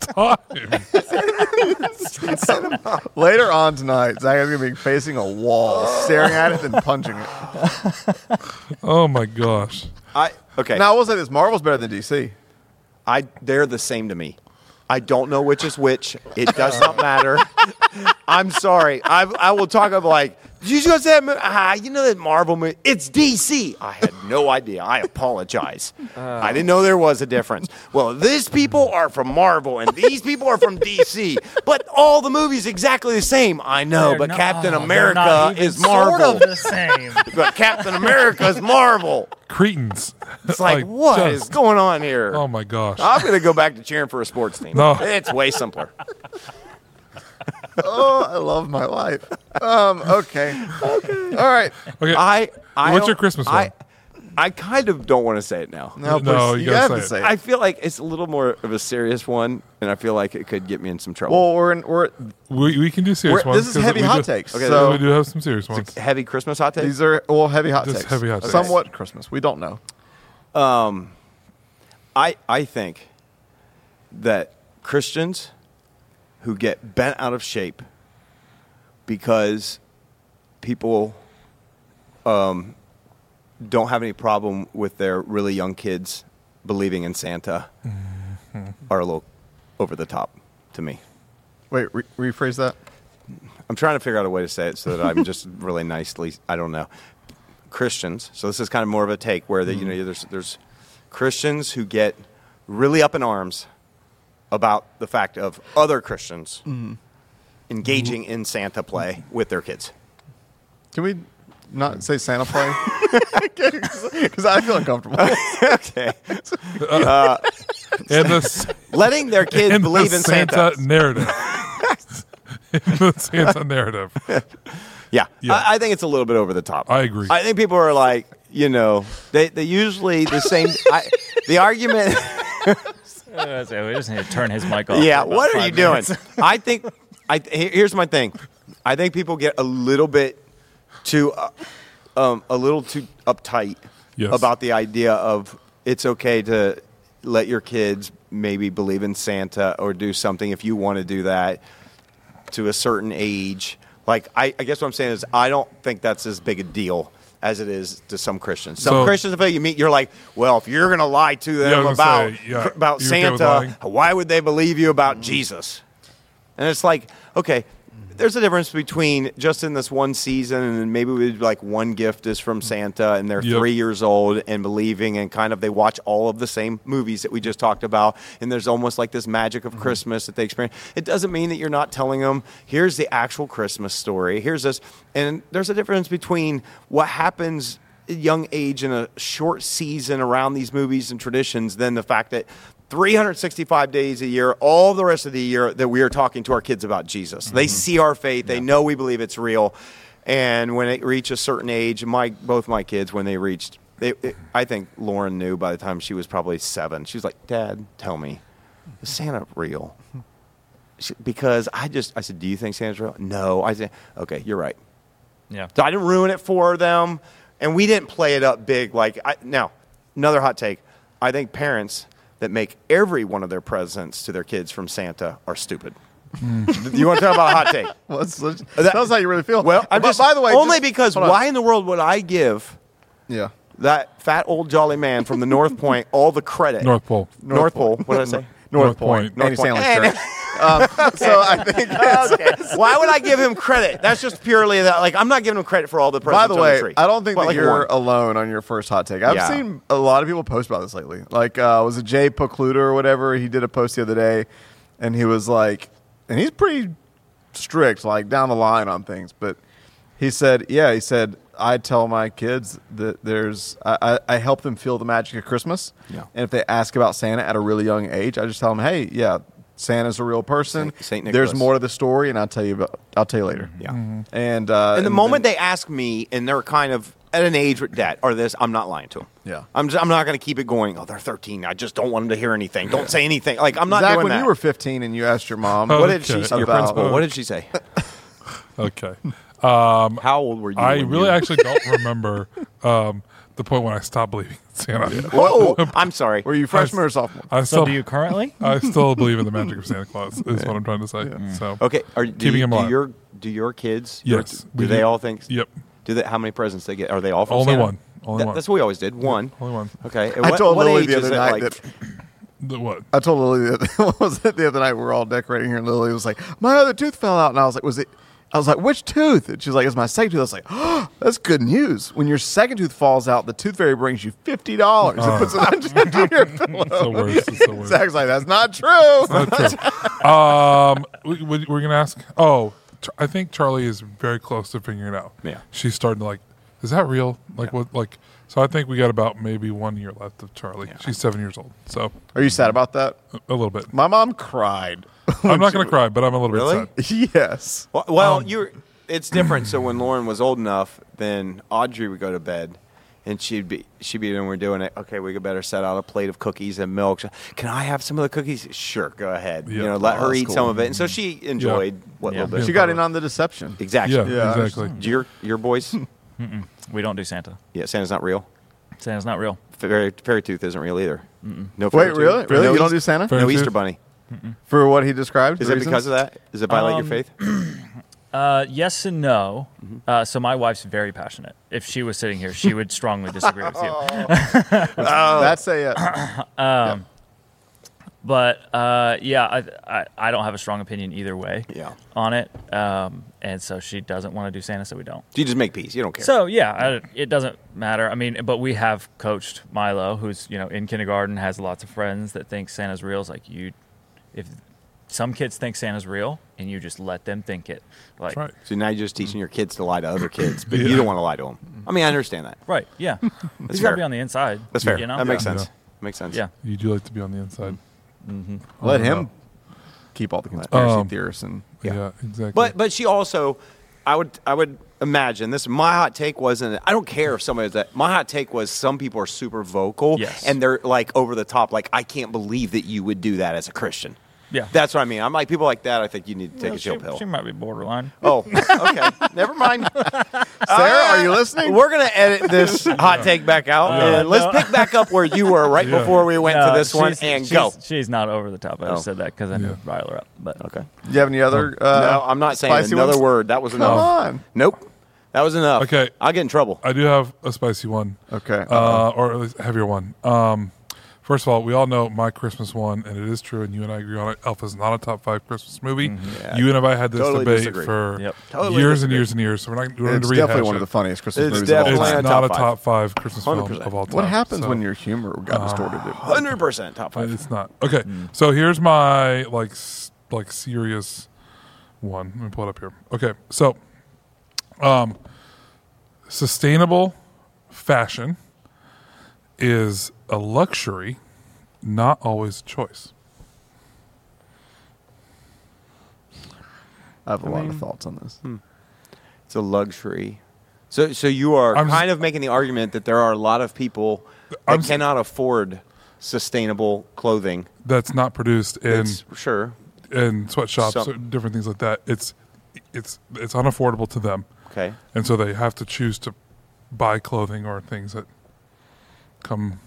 Time. Later on tonight, Zach is going to be facing a wall, staring at it, and punching it. Oh my gosh. I okay. Now, I will say this: Marvel's better than DC. I they're the same to me. I don't know which is which. It does not matter. I'm sorry. I I will talk of like "Did you just that movie? Ah, you know that Marvel movie. It's DC. I had no idea. I apologize. I didn't know there was a difference. Well, these people are from Marvel and these people are from DC, but all the movies exactly the same. I know, They're but not- Captain oh, they're America not even is Marvel. Sort of the same. But Captain America is Marvel. Cretins. It's like, what is just- going on here? Oh my gosh. I'm gonna go back to cheering for a sports team. No. It's way simpler. Oh, I love my life. Um, okay. okay. All right. Okay. I, I What's your don't- Christmas I, I kind of don't want to say it now. Now, No, please, you you, gotta have to say say it. it. I feel like it's a little more of a serious one, and I feel like it could get me in some trouble. well, we're in, we're We, we can do serious We're- ones. this is 'cause heavy we hot do- takes, Okay, so- we do have some serious ones. Heavy Christmas hot takes. these are well heavy hot Just takes. heavy hot takes. Somewhat Christmas. We don't know. I, I think that Christians who get bent out of shape because people um, don't have any problem with their really young kids believing in Santa are a little over the top to me. Wait, re- rephrase that. I'm trying to figure out a way to say it so that I'm just really nicely. I don't know Christians. So this is kind of more of a take where that you Mm. know there's there's Christians who get really up in arms about the fact of other Christians Mm-hmm. engaging in Santa play with their kids. Can we not say Santa play? Because I feel uncomfortable. okay, And the s- letting their kids and the believe in Santa. narrative. In the Santa narrative. Yeah, Yeah. I, I think it's a little bit over the top. I agree. I think people are like, you know, they they usually the same. I, the argument. Uh, so we just need to turn his mic off. Yeah, for about what are five you doing? minutes. I think I here- here's my thing. I think people get a little bit too uh, um, a little too uptight Yes. about the idea of it's okay to let your kids maybe believe in Santa or do something if you want to do that to a certain age. Like I, I guess what I'm saying is I don't think that's as big a deal as it is to some Christians. Some So- Christians, if you meet, you're like, well, if you're gonna lie to them Yeah, I them was about gonna say, yeah, about you okay with Santa. lying? Why would they believe you about Jesus? And it's like, okay, there's a difference between just in this one season, and then maybe we like one gift is from Santa, and they're Yep. three years old and believing, and kind of they watch all of the same movies that we just talked about, and there's almost like this magic of Christmas that they experience. It doesn't mean that you're not telling them, here's the actual Christmas story, here's this, and there's a difference between what happens at young age in a short season around these movies and traditions than the fact that 365 days a year, all the rest of the year, that we are talking to our kids about Jesus. They see our faith, they know we believe it's real. And when it reached a certain age, my both my kids, when they reached, they, it, I think Lauren knew by the time she was probably seven, she was like, Dad, tell me, is Santa real? She- because I just, I said, Do you think Santa's real? No. I said, Okay, you're right. Yeah. So I didn't ruin it for them, and we didn't play it up big. Like I, now, another hot take: I think parents that make every one of their presents to their kids from Santa are stupid. you want to talk about a hot take? Let's- let's- That- tell us how you really feel. Well, I'm But just, by the way, only just- because hold on. why in the world would I give Yeah. that fat old jolly man from the North Point all the credit? North Pole. North, Pole. What did I say? North, North Point. Point. Andy North Point. Stanley Church. um, so I think. okay. Why would I give him credit? That's just purely that. Like I'm not giving him credit for all the By presents. the on way, tree. I don't think But, that like, you're one. alone on your first hot take. I've Yeah. seen a lot of people post about this lately. Like, uh, was it Jay Pokluter or whatever? He did a post the other day, and he was like, and he's pretty strict, like down the line on things. But he said, yeah, he said, I tell my kids that there's, I, I, I help them feel the magic of Christmas. Yeah. And if they ask about Santa at a really young age, I just tell them, hey, yeah, Santa's a real person. Saint- Saint there's Nicholas. more to the story, and I'll tell you about, I'll tell you later. Yeah. Mhm. And uh, and the and- and- moment they ask me, and they're kind of at an age with that or this, I'm not lying to them. Yeah. I'm just, I'm not going to keep it going. Oh, they're 13. I just don't want them to hear anything. Don't say anything. Like I'm not Zach, doing when that. you were 15 and you asked your mom, Oh, what did she? Okay. Your About- principal. What did she say? Okay. How old were you? I when really you- actually don't remember um, the point when I stopped believing in Santa. Whoa! Oh, I'm sorry. were you freshman or sophomore? I So still, do you currently? I still believe in the magic of Santa Claus. Is what I'm trying to say. So Okay. Are do Keeping you, him do alive. your do your kids? your- Yes, do we they do. all think? Yep. Do they? How many presents they get? Are they all from Only Santa? one. Only That- one. That's what we always did. One. Only one. Okay. At I what- told what Lily age the is other it, night like- that The what? I told Lily that what was it the other night we were all decorating here, and Lily was like, "My other tooth fell out," and I was like, "Was it?" I was like, "Which tooth?" And she's like, "It's my second tooth." I was like, oh, "That's good news. When your second tooth falls out, the tooth fairy brings you fifty dollars and puts it under your Oh, It's the pillow." worst. It's the worst. Zach's like, "That's not true." um, we, we, we're gonna ask. Oh, Ch- I think Charlie is very close to figuring it out. Yeah. she's starting to like. Is that real? Like what? Like so? I think we got about maybe one year left of Charlie. She's seven years old, so Are you sad about that? a- a little bit. My mom cried. I'm not gonna cry, but I'm a little Really? bit sad. yes. Well, well um, you're. It's different. so when Lauren was old enough, then Audrey would go to bed, and she'd be she'd be when we're doing it. Okay, we could better set out a plate of cookies and milk. She- Can I have some of the cookies? Sure, go ahead. You Yeah. know, let Oh, her that's eat cool. some of it. And so she enjoyed what Yeah. little bit. She got in on the deception. Exactly. Yeah, Yeah, I exactly. Do your your boys? We don't do Santa. yeah, Santa's not real. Santa's not real. Fairy, fairy tooth isn't real either. No. Wait, fairy tooth? really? Really? No You don't Eas- do Santa Fair- No Fairy tooth? Easter bunny. for what he described? Is the it reasons? because of that? Does it violate your Um, faith? Uh, yes and no. Mm-hmm. Uh, so my wife's very passionate. If she was sitting here, she would strongly disagree with Oh. you. That's a. Uh, But uh, yeah, I, I I don't have a strong opinion either way Yeah. on it. Um, and so she doesn't want to do Santa, so we don't. You just make peace. You don't care. So yeah, I, it doesn't matter. I mean, but we have coached Milo, who's you know in kindergarten, has lots of friends that think Santa's real. It's like you, if some kids think Santa's real, and you just let them think it, like That's right. So now you're just teaching your kids to lie to other kids, but you don't want to lie to them. I mean, I understand that. right, yeah, it's got fair. to be on the inside. That's fair. You know? That makes Yeah. sense. Yeah. That makes sense. Yeah, You do like to be on the inside. Let him no. keep all the conspiracy Um, theorists and Yeah, Yeah. exactly. But but she also, I would I would imagine this. My hot take wasn't. I don't care if somebody's that. My hot take was some people are super vocal Yes. and they're like over the top. Like I can't believe that you would do that as a Christian. Yeah. that's what I mean. I'm like people like that. I think you need to take Well, a chill she, pill. she might be borderline. oh, okay. Never mind. Sarah, Oh, Sarah, are you listening? We're gonna edit this hot take back out, Yeah. and let's No. pick back up where you were right Yeah. before we went No, to this one she's- and she's, go. She's not over the top. I Oh. just said that because I knew Yeah. to rile her up. But Okay. Do you have any other? Uh, No, I'm not saying spicy another ones? word. That was Come enough. on. Nope. That was enough. Okay. I'll get in trouble. I do have a spicy one. Okay. Uh, or at least a heavier one. Um, first of all, we all know my Christmas one, and it is true, and you and I agree on it. Elf is not a top five Christmas movie. Mm-hmm. Yeah. You and I had this Totally debate disagree. for Yep. Totally years and disagree. years and years. So we're not going It's to rehash definitely one it. of the funniest Christmas It's movies of all It's time. definitely not a a top top, five. five Christmas film 100%. of all time. What happens so- when your humor got distorted? It- Hundred percent top Uh, five. It's not okay. So here's my like s- like serious one. Let me pull it up here. Okay, so um, sustainable fashion is a luxury, not always a choice. I have a lot of thoughts on this. Hmm. It's a luxury. So, so you are I'm kind s- of making the argument that there are a lot of people that I'm s- cannot afford sustainable clothing. That's not produced in It's- sure. in sweatshops Some- or different things like that. It's it's it's unaffordable to them, Okay. and so they have to choose to buy clothing or things that come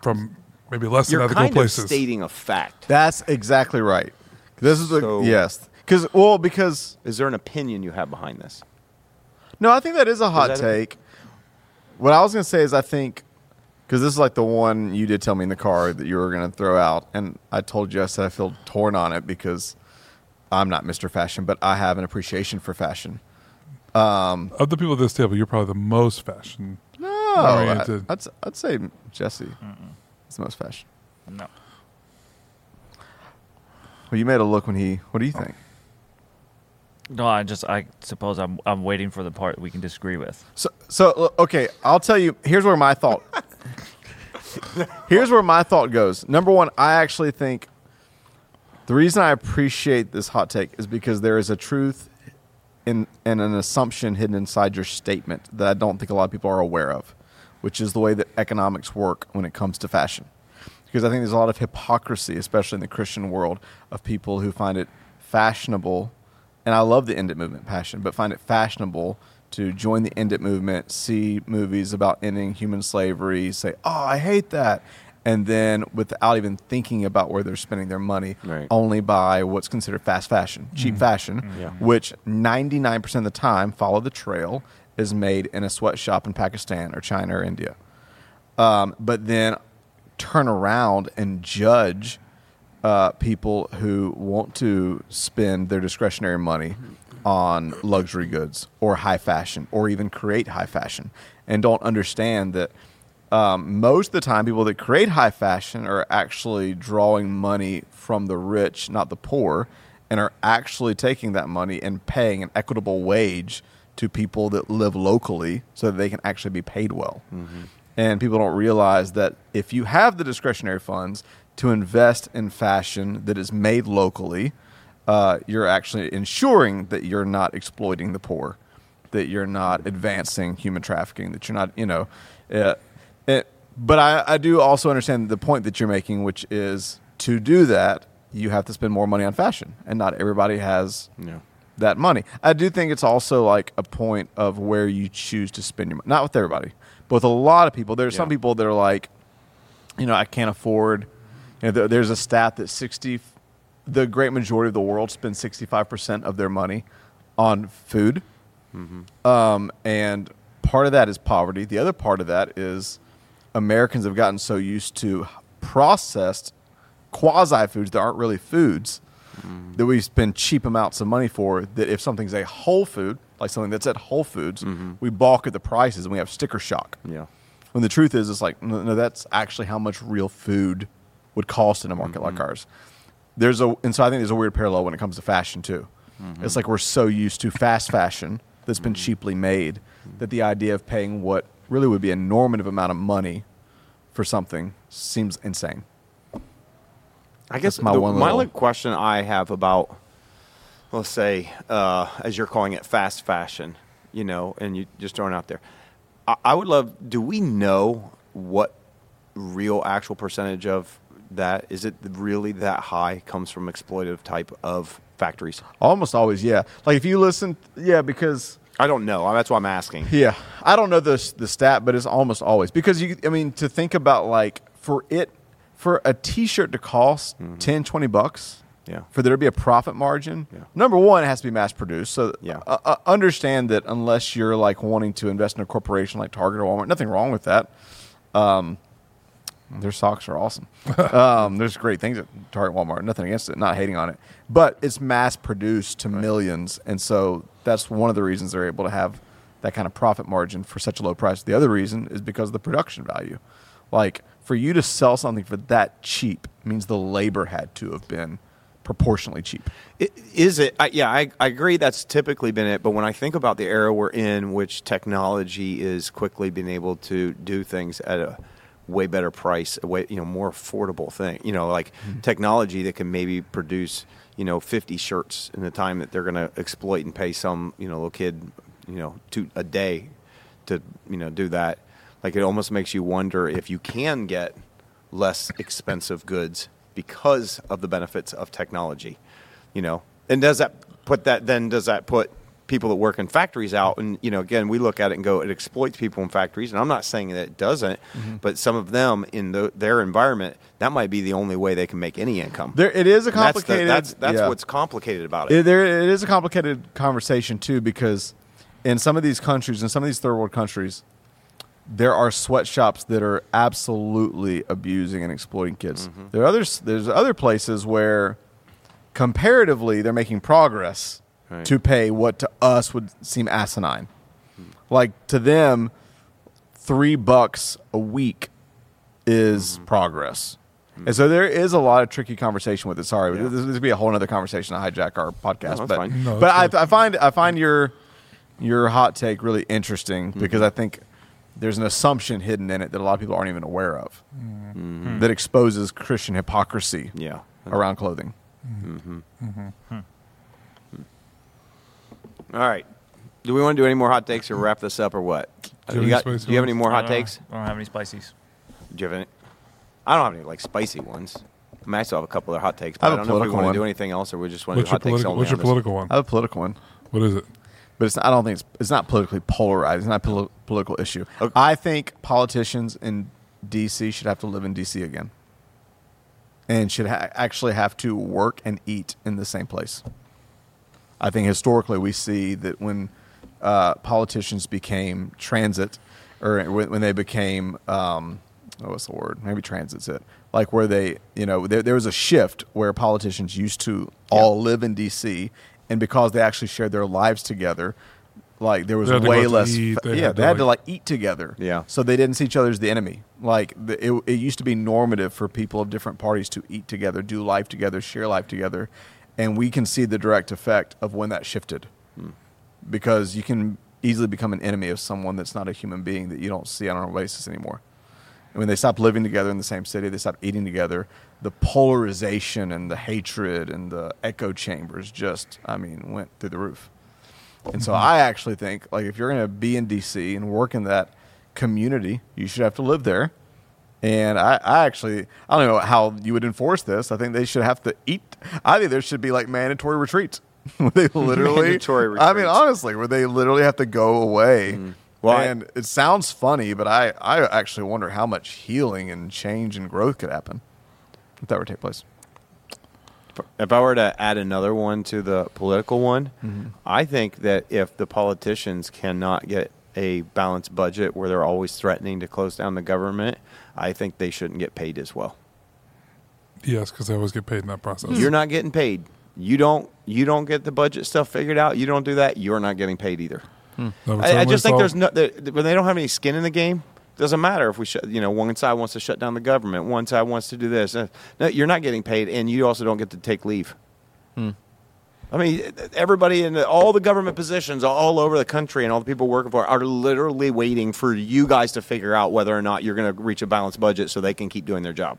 from maybe less You're than ethical kind places. of stating a fact. That's exactly right. This is a So- yes. Because well, because Is there an opinion you have behind this? No, I think that is a hot that it? take. What I was going to say is I think because this is like the one you did tell me in the car that you were going to throw out, and I told you I said I feel torn on it because I'm not Mr. Fashion, but I have an appreciation for fashion. of the people at this table, you're probably the most fashion. No, Oriented. Oh, I, would I'd say Jesse is the most fashion. no, Well, you made a look when he. What do you think? no. I just I suppose I'm I'm waiting for the part we can disagree with. So, so l- okay, I'll tell you. Here's where my thought. here's where my thought goes. Number one, I actually think the reason I appreciate this hot take is because there is a truth in and an assumption hidden inside your statement that I don't think a lot of people are aware of, which is the way that economics work when it comes to fashion. Because I think there's a lot of hypocrisy, especially in the Christian world, of people who find it fashionable, and I love the end it movement passion, but find it fashionable to join the end it movement, see movies about ending human slavery, say, "Oh, I hate that." And then, without even thinking about where they're spending their money, Right. only buy what's considered fast fashion, cheap fashion, Yeah. which 99% of the time, follow the trail, is made in a sweatshop in Pakistan or China or India. Um, but then turn around and judge uh, people who want to spend their discretionary money on luxury goods or high fashion or even create high fashion and don't understand that um, most of the time, people that create high fashion are actually drawing money from the rich, not the poor, and are actually taking that money and paying an equitable wage to people that live locally so that they can actually be paid well. And people don't realize that if you have the discretionary funds to invest in fashion that is made locally, uh, you're actually ensuring that you're not exploiting the poor, that you're not advancing human trafficking, that you're not, you know. Uh, it, but I, I do also understand the point that you're making, which is to do that, you have to spend more money on fashion, and not everybody has No. that money. I do think it's also like a point of where you choose to spend your money. Not with everybody, but with a lot of people. There are some Yeah. people that are like, you know, I can't afford. You know, there, there's a stat that 60, the great majority of the world spends 65% of their money on food. Um, and part of that is poverty. The other part of that is Americans have gotten so used to processed quasi foods that aren't really foods that we spend cheap amounts of money for. That if something's a whole food, like something that's at Whole Foods, we balk at the prices and we have sticker shock. Yeah. When the truth is, it's like no, no, that's actually how much real food would cost in a market like ours. There's a, and so I think there's a weird parallel when it comes to fashion too. It's like we're so used to fast fashion that's been cheaply made that the idea of paying what really would be a normative amount of money for something seems insane. I guess That's my the- one my little- only question I have about, let's say, uh, as you're calling it, fast fashion, you know, and you just throwing it out there. I, I would love. Do we know what real actual percentage of that is it really that high comes from exploitative type of factories? Almost always, yeah. Like if you listen, yeah, because I don't know. That's why I'm asking. Yeah, I don't know the the stat, but it's almost always because you. I mean, to think about like for it for a T-shirt to cost ten, twenty 10, 20 bucks. Mm-hmm. Yeah. For there to be a profit margin, Yeah. number one, it has to be mass produced. So Yeah. uh, uh, understand that unless you're like wanting to invest in a corporation like Target or Walmart, nothing wrong with that. Um, Their socks are awesome. um, there's great things at Target, Walmart. Nothing against it. Not hating on it, but it's mass produced to millions, and so that's one of the reasons they're able to have that kind of profit margin for such a low price. The other reason is because of the production value. Like for you to sell something for that cheap means the labor had to have been proportionally cheap. I- Is it? I, yeah, I, I agree. That's typically been it. But when I think about the era we're in, which technology is quickly being able to do things at a way better price, a way you know more affordable thing. You know, like technology that can maybe produce you know 50 shirts in the time that they're going to exploit and pay some you know little kid you know two a day to you know do that. Like it almost makes you wonder if you can get less expensive goods because of the benefits of technology. You know, and does that put that then does that put people that work in factories out? And you know, again, we look at it and go, it exploits people in factories. And I'm not saying that it doesn't, Mm-hmm. but some of them in the, their environment, that might be the only way they can make any income. There, it is a And that's the- complicated. That's that's, yeah. what's complicated about It, it. there, it is a complicated conversation too because in some of these countries, in some of these third world countries, there are sweatshops that are absolutely abusing and exploiting kids. Mm-hmm. There are others. There's other places where comparatively they're making progress Right. to pay what to us would seem asinine. Like to them, three bucks a week is Mm-hmm. progress. And so there is a lot of tricky conversation with it. Sorry, Yeah. this, this would be a whole other conversation to hijack our podcast. No, that's but fine. No, but it's I, I find I find your your hot take really interesting Mm-hmm. because I think there's an assumption hidden in it that a lot of people aren't even aware of that exposes Christian hypocrisy Mm-hmm. Yeah. around clothing. All right. Do we want to do any more hot takes or wrap this up or what? Do Do you you, have got, any do spicy you have any ones? more I hot don't- takes? Uh, I don't have any spices. Do you have any? I don't have any like spicy ones. I mean, I still have a couple of hot takes, I but I, have a don't know if we political want one. to do anything else or we just want to do What's your hot takes political? only. What's on your this. political one? I have a political one, What is it? but it's not, I don't think it's it's not politically polarized. It's not a poli- political issue. Okay. I think politicians in D.C. should have to live in D.C. again, and should ha- actually have to work and eat in the same place. I think historically we see that when uh, politicians became transit, or when, when they became um, oh, what's the word? Maybe transit's it. Like where they, you know, there, there was a shift where politicians used to all live in D.C. and because they actually shared their lives together, like there was They had to go out way to less. eat, fa- they yeah, had they to, had to like- like eat together. Yeah. So they didn't see each other as the enemy. Like the, it, it used to be normative for people of different parties to eat together, do life together, share life together, and we can see the direct effect of when that shifted, because you can easily become an enemy of someone that's not a human being that you don't see on a basis anymore. And when they stop living together in the same city, they stop eating together. The polarization and the hatred and the echo chambers just, I mean, went through the roof. And Mm-hmm. so I actually think like if you're going to be in DC and work in that community, you should have to live there. And I, I actually I don't know how you would enforce this. I think they should have to eat. I think there should be like mandatory retreats. where they literally Mandatory I mean retreats. honestly, where they literally have to go away. Well, I- and it sounds funny, but I, I actually wonder how much healing and change and growth could happen if that were to take place. If I were to add another one to the political one, I think that if the politicians cannot get a balanced budget where they're always threatening to close down the government, I think they shouldn't get paid as well. Yes, because I always get paid in that process. You're not getting paid. you don't you don't get the budget stuff figured out, you don't do that, you're not getting paid either. No, it's I, I always just think all- there's no there- when they don't have any skin in the game. Doesn't matter if we shut, you know, one side wants to shut down the government, one side wants to do this. Uh, No, you're not getting paid, and you also don't get to take leave. I mean, everybody in the, all the government positions all over the country and all the people working for it are literally waiting for you guys to figure out whether or not you're going to reach a balanced budget so they can keep doing their job.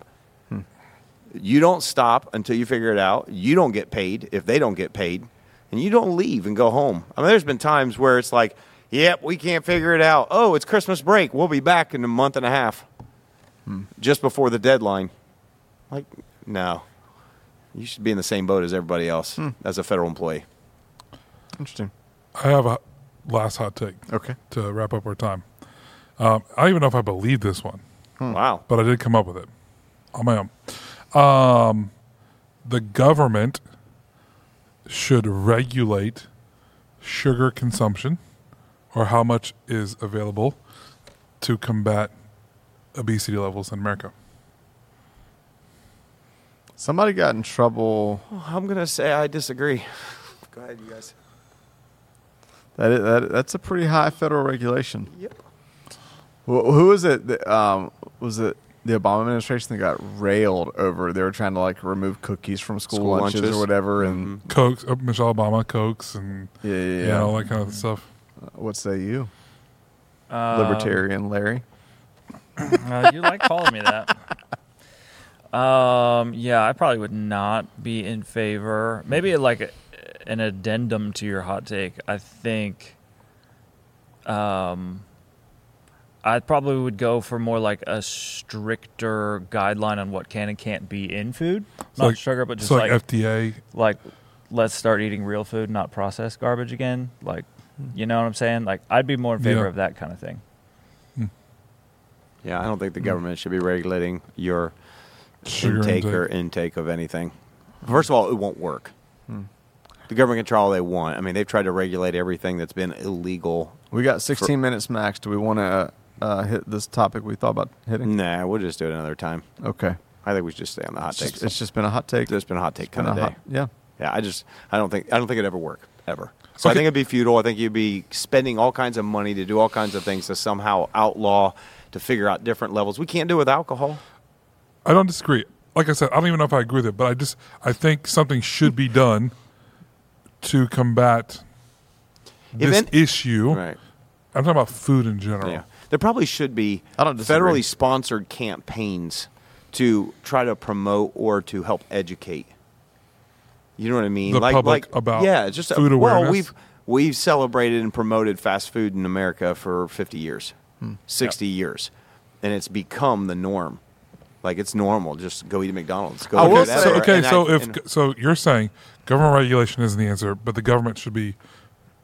You don't stop until you figure it out. You don't get paid if they don't get paid, and you don't leave and go home. I mean, there's been times where it's like, "Yep, we can't figure it out. Oh, it's Christmas break. We'll be back in a month and a half, just before the deadline." Like, no, you should be in the same boat as everybody else as a federal employee. Interesting. I have a last hot take Okay. to wrap up our time. Um, I don't even know if I believe this one, Wow. but I did come up with it on my own. Um, the government should regulate sugar consumption or how much is available to combat obesity levels in America. Somebody got in trouble. I'm gonna say I disagree. Go ahead, you guys. That, is, that that's a pretty high federal regulation. Yep. Wh- Who was it? That, um, was it the Obama administration that got railed over? They were trying to like remove cookies from school, School lunches, lunches. or whatever, and Cokes, uh, Michelle Obama, Cokes, and yeah, yeah, you yeah. know, all that kind of stuff. what say you, Um, libertarian Larry? uh, you like calling me that. Um, yeah, I probably would not be in favor. Maybe like a, an addendum to your hot take. I think um, I probably would go for more like a stricter guideline on what can and can't be in food. So not like- sugar, but just so like like FDA like let's start eating real food, not processed garbage again. Like, you know what I'm saying? Like, I'd be more in favor Yeah. of that kind of thing. Yeah, I don't think the government should be regulating your Sugar intake intake. or intake of anything. First of all, it won't work. Hmm. The government can try all they want. I mean, they've tried to regulate everything that's been illegal. We got 16 minutes max. Do we want to uh, hit this topic we thought about hitting? Nah, we'll just do it another time. Okay. I think we should just stay on the hot It's just, takes. it's just been a hot take. it's been a hot take Been kind of a day. hot- yeah. Yeah, I just I don't think I don't think it'd ever work ever. So I Okay. think it'd be futile. I think you'd be spending all kinds of money to do all kinds of things to somehow outlaw to figure out different levels. We can't do it with alcohol. I don't disagree. Like I said, I don't even know if I agree with it, but I just I think something should be done to combat this Even- issue. I'm talking about food in general. Yeah. There probably should be I don't disagree. federally sponsored campaigns to try to promote or to help educate. You know what I mean? The public about yeah, it's just food a, awareness? Well, we've we've celebrated and promoted fast food in America for 50 years, Hmm. 60 years, and it's become the norm. Like it's normal. Just go eat at McDonald's. Go I do will that. say- So Right, okay, And I- so if and- so, you're saying government regulation isn't the answer, but the government should be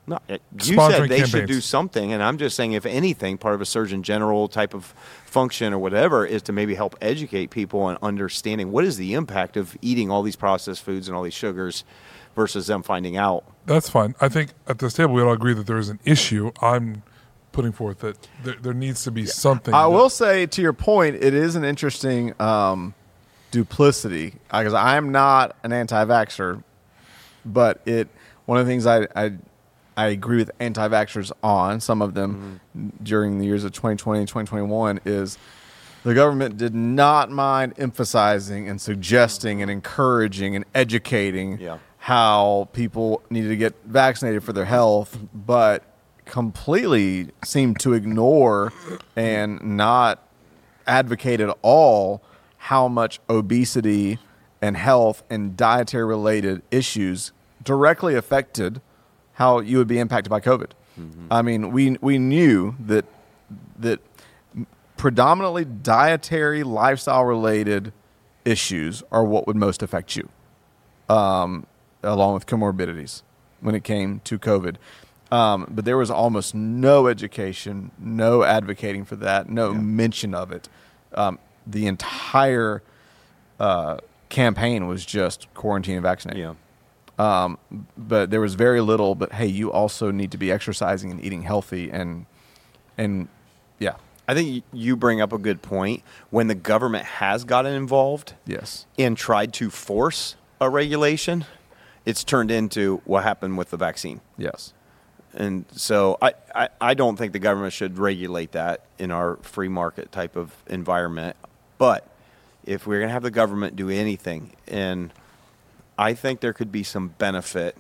No, it- you Sponsoring said they should campaigns. do something, and I'm just saying, if anything, part of a surgeon general type of function or whatever is to maybe help educate people on understanding what is the impact of eating all these processed foods and all these sugars versus them finding out. that's fine. I think at this table we all agree that there is an issue. I'm putting forth that there, there needs to be something. I that- will say to your point, it is an interesting um, duplicity because I'm not an anti-vaxxer, but it one of the things I I, I agree with anti-vaxxers on some of them Mm-hmm. during the years of 2020 and 2021 is the government did not mind emphasizing and suggesting and encouraging and educating Yeah. how people needed to get vaccinated for their health, but completely seemed to ignore and not advocate at all how much obesity and health and dietary related issues directly affected how you would be impacted by COVID. I mean, we we knew that that predominantly dietary lifestyle related issues are what would most affect you um, along with comorbidities when it came to COVID. Um, but there was almost no education, no advocating for that, no mention of it. Um, the entire uh, campaign was just quarantine and vaccinate. Um, but there was very little. But hey, you also need to be exercising and eating healthy, and and yeah, I think y- you bring up a good point. When the government has gotten involved yes, and tried to force a regulation, it's turned into what happened with the vaccine. Yes. And so I, I, I don't think the government should regulate that in our free market type of environment. But if we're going to have the government do anything, and I think there could be some benefit,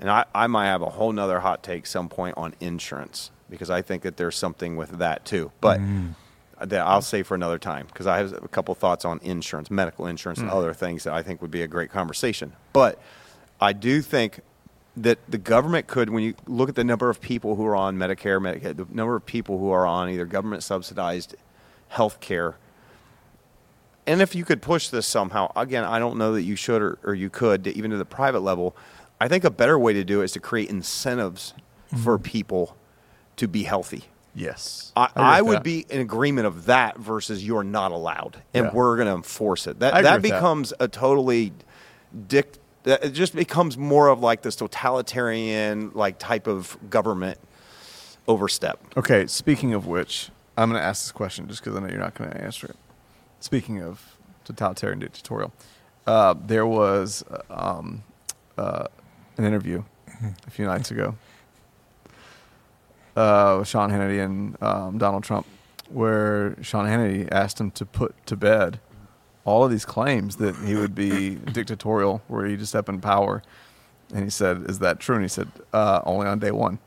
and I, I might have a whole nother hot take some point on insurance because I think that there's something with that too. But that I'll say for another time because I have a couple thoughts on insurance, medical insurance, and other things that I think would be a great conversation. But I do think that the government could, when you look at the number of people who are on Medicare, Medicaid, the number of people who are on either government subsidized health care, and if you could push this somehow, again, I don't know that you should or, or you could, to- even to the private level. I think a better way to do it is to create incentives for people to be healthy. Yes. I, agree I with would that. be in agreement of that versus you're not allowed, and Yeah. we're going to enforce I it. That agree that with that. becomes a totally dict. that- It just becomes more of like this totalitarian like type of government overstep. Okay, speaking of which, I'm going to ask this question just because I know you're not going to answer it. Speaking of totalitarian dictatorial, uh, there was uh, um, uh, an interview a few nights ago uh, with Sean Hannity and um, Donald Trump, where Sean Hannity asked him to put to bed all of these claims that he would be dictatorial, where he just up in power. And he said, "Is that true?" And he said, uh, "Only on day one."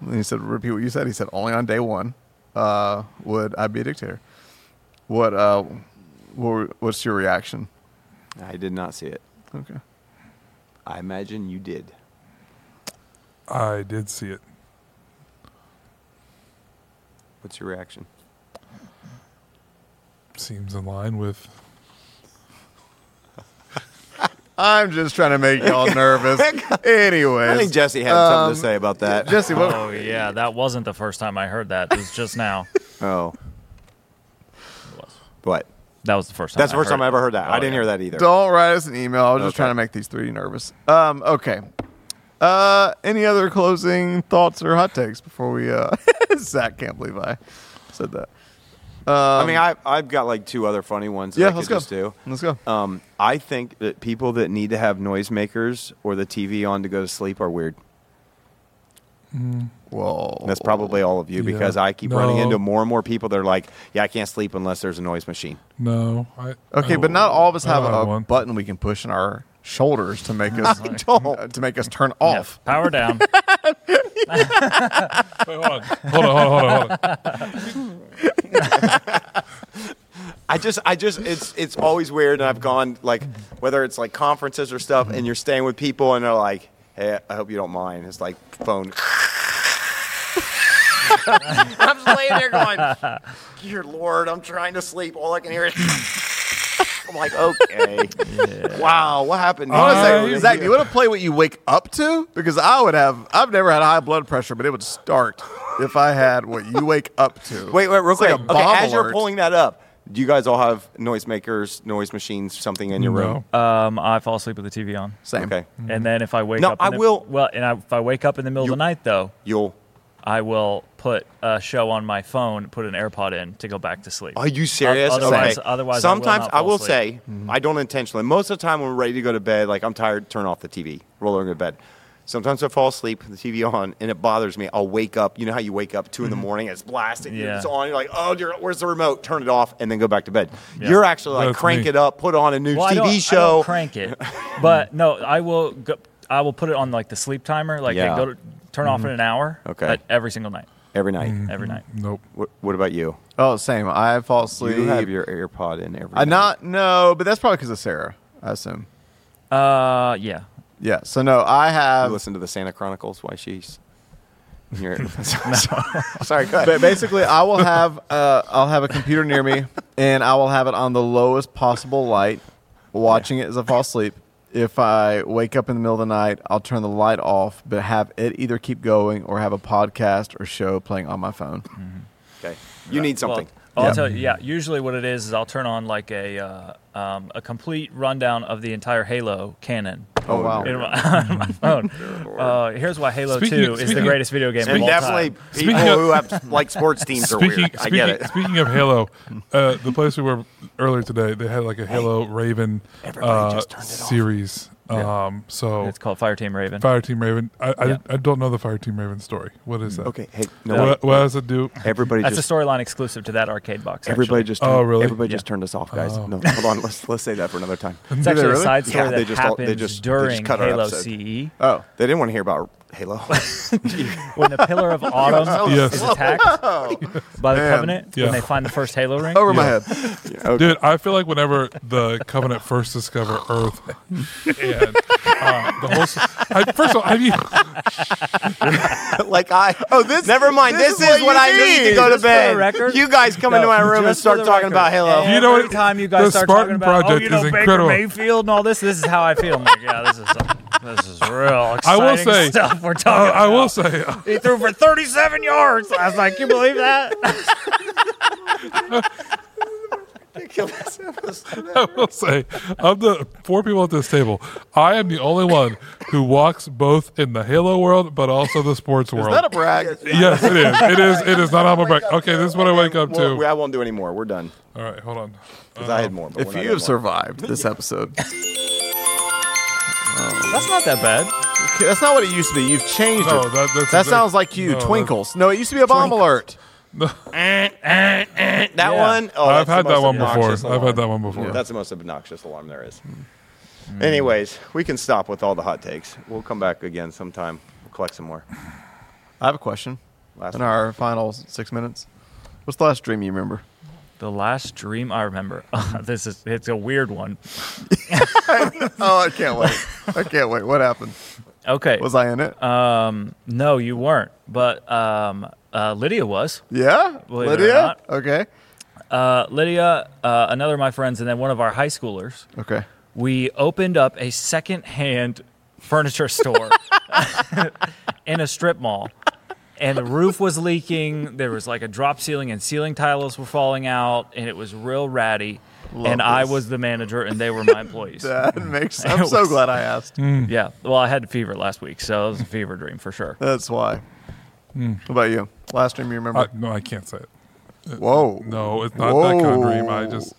And he said, repeat what you said. He said, only on day one uh, would I be a dictator. What, uh, what what's your reaction? I did not see it. Okay. I imagine you did. I did see it. What's your reaction? Seems in line with. I'm just trying to make y'all nervous. Anyways, I think Jesse had Um, something to say about that. Jesse, what, Oh yeah, that wasn't the first time I heard that. It was just now. oh, what? That was the first time. That's the first time I it. ever heard that. Oh, I didn't yeah. hear that either. don't write us an email. I was just Okay. trying to make these three nervous. Um, okay. Uh, any other closing thoughts or hot takes before we? Uh, Zach can't believe I said that. I mean, I, I've got like two other funny ones. um, That Yeah, I let's could go. Just do. Let's go. Um, I think that people that need to have noisemakers or the TV on to go to sleep are weird. Whoa. And that's probably all of you Oh, Yeah. because I keep running No. into more and more people that are like, "Yeah, I can't sleep unless there's a noise machine." No. I, Okay, Oh, I- but not all of us I have don't a one. button we can push in our shoulders to make us uh, don't. to make us turn Yeah, off. power down. Wait, hold on. Hold on. Hold on. Hold on. Hold I just, I just, it's, it's always weird. And I've gone like, whether it's like conferences or stuff, and you're staying with people, and they're like, "Hey, I hope you don't mind." It's like phone. I'm just laying there going, "Dear Lord, I'm trying to sleep. All I can hear is." I'm like, okay, wow, what happened? I wanna I- say, Zach, do you want to play what you wake up to? Because I would have. I've never had high blood pressure, but it would start if I had what you wake up to. Wait, wait, real like quick. a okay, bomb as you're alert. pulling that up, do you guys all have noisemakers, noise machines, something in your room? Uh, No. Um, I fall asleep with the TV on, Same. Okay, and then if I wake No, up, in I the- will- Well, and I, if I wake up in the middle of the night though, you'll. I will put a show on my phone, put an AirPod in to go back to sleep. Are you serious? otherwise- okay. otherwise I will sometimes not I fall will, asleep. Mm-hmm. say I don't intentionally. Most of the time, when we're ready to go to bed, like I'm tired, turn off the TV, roll over to bed. Sometimes I fall asleep, the TV on, and it bothers me. I'll wake up. You know how you wake up two in the morning, it's blasting, Mm-hmm. Yeah. it's on. You're like, oh, dear, where's the remote? Turn it off, and then go back to bed. Yeah. You're actually like, That's crank me. it up, put on a new Well, I don't- TV I don't show. crank it, but no, I will. Go, I will put it on like the sleep timer, like Yeah. Mm-hmm. go to, turn off in an hour. Okay. Mm-hmm. but every single night, every night. Mm. every night. Nope. What, what about you? Oh, same. I fall asleep. You have your AirPod in every. I night. not no, but that's probably because of Sarah. I assume. Uh, yeah. Yeah. So no, I You have. listen to the Santa Chronicles. Why she's. You're, sorry, go But ahead. basically, I will have uh, I'll have a computer near me, and I will have it on the lowest possible light, watching it as I fall asleep. If I wake up in the middle of the night, I'll turn the light off, but have it either keep going or have a podcast or show playing on my phone. Mm-hmm. Okay, you need something. Well, I'll Yeah. tell you, yeah. Usually, what it is is I'll turn on like a uh, um, a complete rundown of the entire Halo canon Oh wow! in my, on my phone. Uh, here's why Halo Speaking- Two is the speaking- greatest video game of and all definitely time. people Speaking of- who have like sports teams are weird. I get it. speaking of Halo, uh, the place we were earlier today, they had like a Halo Raven everybody uh, just turned it off. series Yeah. Um, so It's called Fire Team Raven. Fire Team Raven. I, I, Yeah. I don't know the Fire Team Raven story. What is that? Okay, hey, no, What, wait. what does it do? everybody That's just a storyline exclusive to that arcade box. everybody actually. just Oh, turned, really? everybody Yeah. just turned us off, guys. Oh. No, hold on, let's let's say that for another time. It's Do they actually really? a side story Yeah, that they just all- they happens just- they during just cut our Halo episode. CE Oh, They didn't want to hear about Halo. E, when the Pillar of Autumn Yes. is attacked by the Man. Covenant Yeah. when they find the first Halo ring. Oh, over my Yeah. head. Dude, I feel like whenever the Covenant first discover Earth, and uh, the whole. s- I- first of all, have you? like I oh this never mind. This, is, what, I you need to need. go to Just for the bed. record- You guys come into No, my room and just for start the talking record. about Halo. Every You know what? time you The guys start Spartan talking about, oh, Project you know, is Baker incredible. Mayfield and all this, this is how I feel. I'm like, yeah, this is this is real exciting I will say- stuff we're Uh, talking about. I will say, uh, He threw for 37 yards. I was like, you believe that? I will say, of the four people at this table, I am the only one who walks both in the Halo world, but also the sports world. Is that a brag? yes, it is. It is. It is not on my break. Okay, this is what I wake up Well, we- to. I won't do any more. We're done. All right, hold on. Because I Oh. had more. But If we're not you done have survived this episode, That's not that bad. Okay, that's not what it used to be. You've changed No, it. that- that's that exact- sounds like you. no, that- Twinkles. No, it used to be a bomb alert. more. that Yeah. one. Oh, I've that's the had that most one before. obnoxious I've alarm. had that one before. That's the most obnoxious alarm there is. Anyways, we can stop with all the hot takes. We'll come back again sometime. We'll collect some more. I have a question. Last in one. our final six minutes, what's the last dream you remember? The last dream I remember. this is it's a weird one. oh, I can't wait. I can't wait. What happened? Okay. Was I in it? um no, you weren't. But um uh, Lydia was. yeah, believe it or Lydia. not. Okay. Uh, Lydia, uh, another of my friends, and then one of our high schoolers. Okay. We opened up a second-hand furniture store in a strip mall, and the roof was leaking. There was like a drop ceiling, and ceiling tiles were falling out, and it was real ratty. and I this. was the manager, and they were my employees. That makes. I'm It so was- Mm. glad I asked. Yeah. Well, I had fever last week, so it was a fever dream for sure. Oh That's why. Mm. What about you? Last dream you I, remember? Uh, no, I can't say it. Whoa. No, it's not that kind of dream. I Whoa. just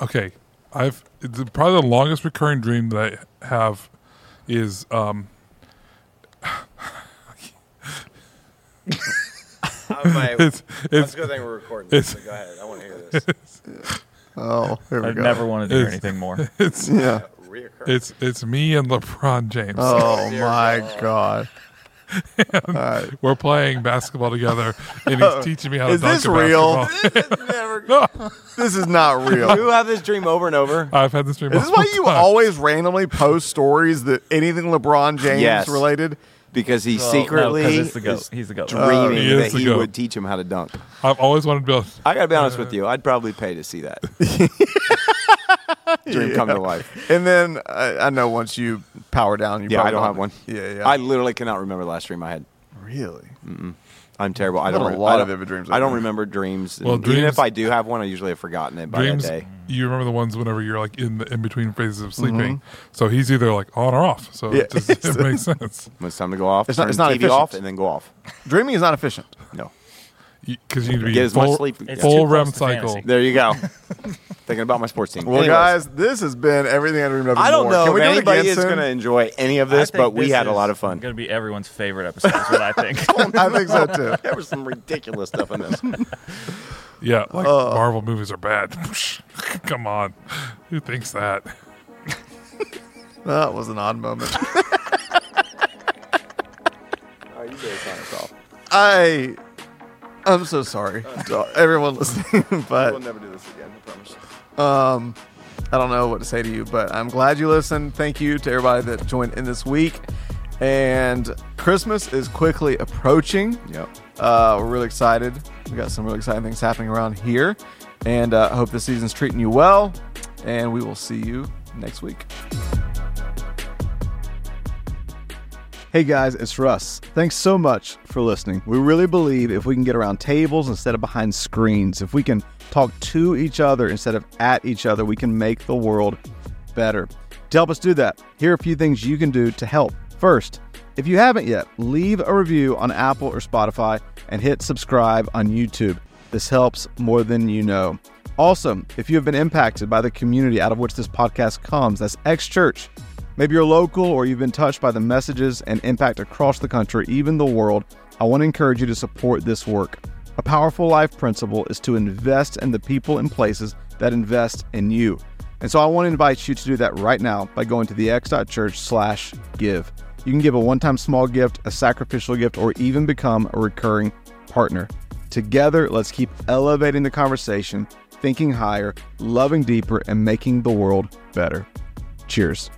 okay. I've it's probably the longest recurring dream that I have is um it's That's it's a good thing we're recording this. So go ahead. I want to hear this. Oh, here we I go. never wanted to hear It's- anything more. it's Yeah. Reoccurring. it's it's me and LeBron James. Oh my God. We're playing basketball together, and he's teaching me how to Is dunk this a real? basketball. This is not real. You have this dream over and over. I've had this dream. Is this multiple why you times. always randomly post stories that anything LeBron James Yes. related? Because he Well, no, 'cause it's the goat. is He's the goat. dreaming He that is the he goat. would teach him how to dunk. I've always wanted to be. Able, I gotta be honest with you. I'd probably pay to see that dream come to life. And then I, I know once you power down, you Yeah, I probably don't have one. Yeah, yeah. I literally cannot remember the last dream I had. really. I'm terrible. I Not don't. a re- lot I of don't- vivid dreams I don't I've had. remember dreams. Well, Well, even dreams- if I do have one, I usually have forgotten it by dreams. that day. You remember the ones whenever you're like in the in between phases of sleeping. Mm-hmm. So he's either like on or off. So Yeah. it, just, it makes sense When it's time to go off, It's not- turn it's not the TV efficient. off, and then go off. Dreaming is not efficient. No, because you need to be Get as much full, sleep- It's too full close REM to cycle. fantasy. there you go. Thinking about my sports team. Well, Anyways, guys, this has been everything I dreamed of. and I don't more. know Can if we do it anybody again is soon? going to enjoy any of this, but we had a lot of fun. Going to be everyone's favorite episode. Is what I think. I think so too. There was some ridiculous stuff in this. Yeah, like uh, Marvel movies are bad. Come on, who thinks that? That was an odd moment. Oh, you better sign us off. I, I'm so sorry to everyone listening, We'll but never do this again. I promise. I don't know what to say to you. But I'm glad you listened. Thank you to everybody that joined in this week. And Christmas is quickly approaching. Yep. Uh, we're really excited. We got some really exciting things happening around here, and uh, hope the season's treating you well. And we will see you next week. Hey guys, it's Russ. Thanks so much for listening. We really believe if we can get around tables instead of behind screens, if we can talk to each other instead of at each other, we can make the world better. To help us do that, here are a few things you can do to help. First, if you haven't yet, leave a review on Apple or Spotify and hit subscribe on YouTube. This helps more than you know. Also, if you have been impacted by the community out of which this podcast comes, that's X Church, Maybe you're local or you've been touched by the messages and impact across the country, even the world. I want to encourage you to support this work. A powerful life principle is to invest in the people and places that invest in you. And so I want to invite you to do that right now by going to the x.church slash give. You can give a one time small gift, a sacrificial gift, or even become a recurring partner. Together, let's keep elevating the conversation, thinking higher, loving deeper, and making the world better. Cheers.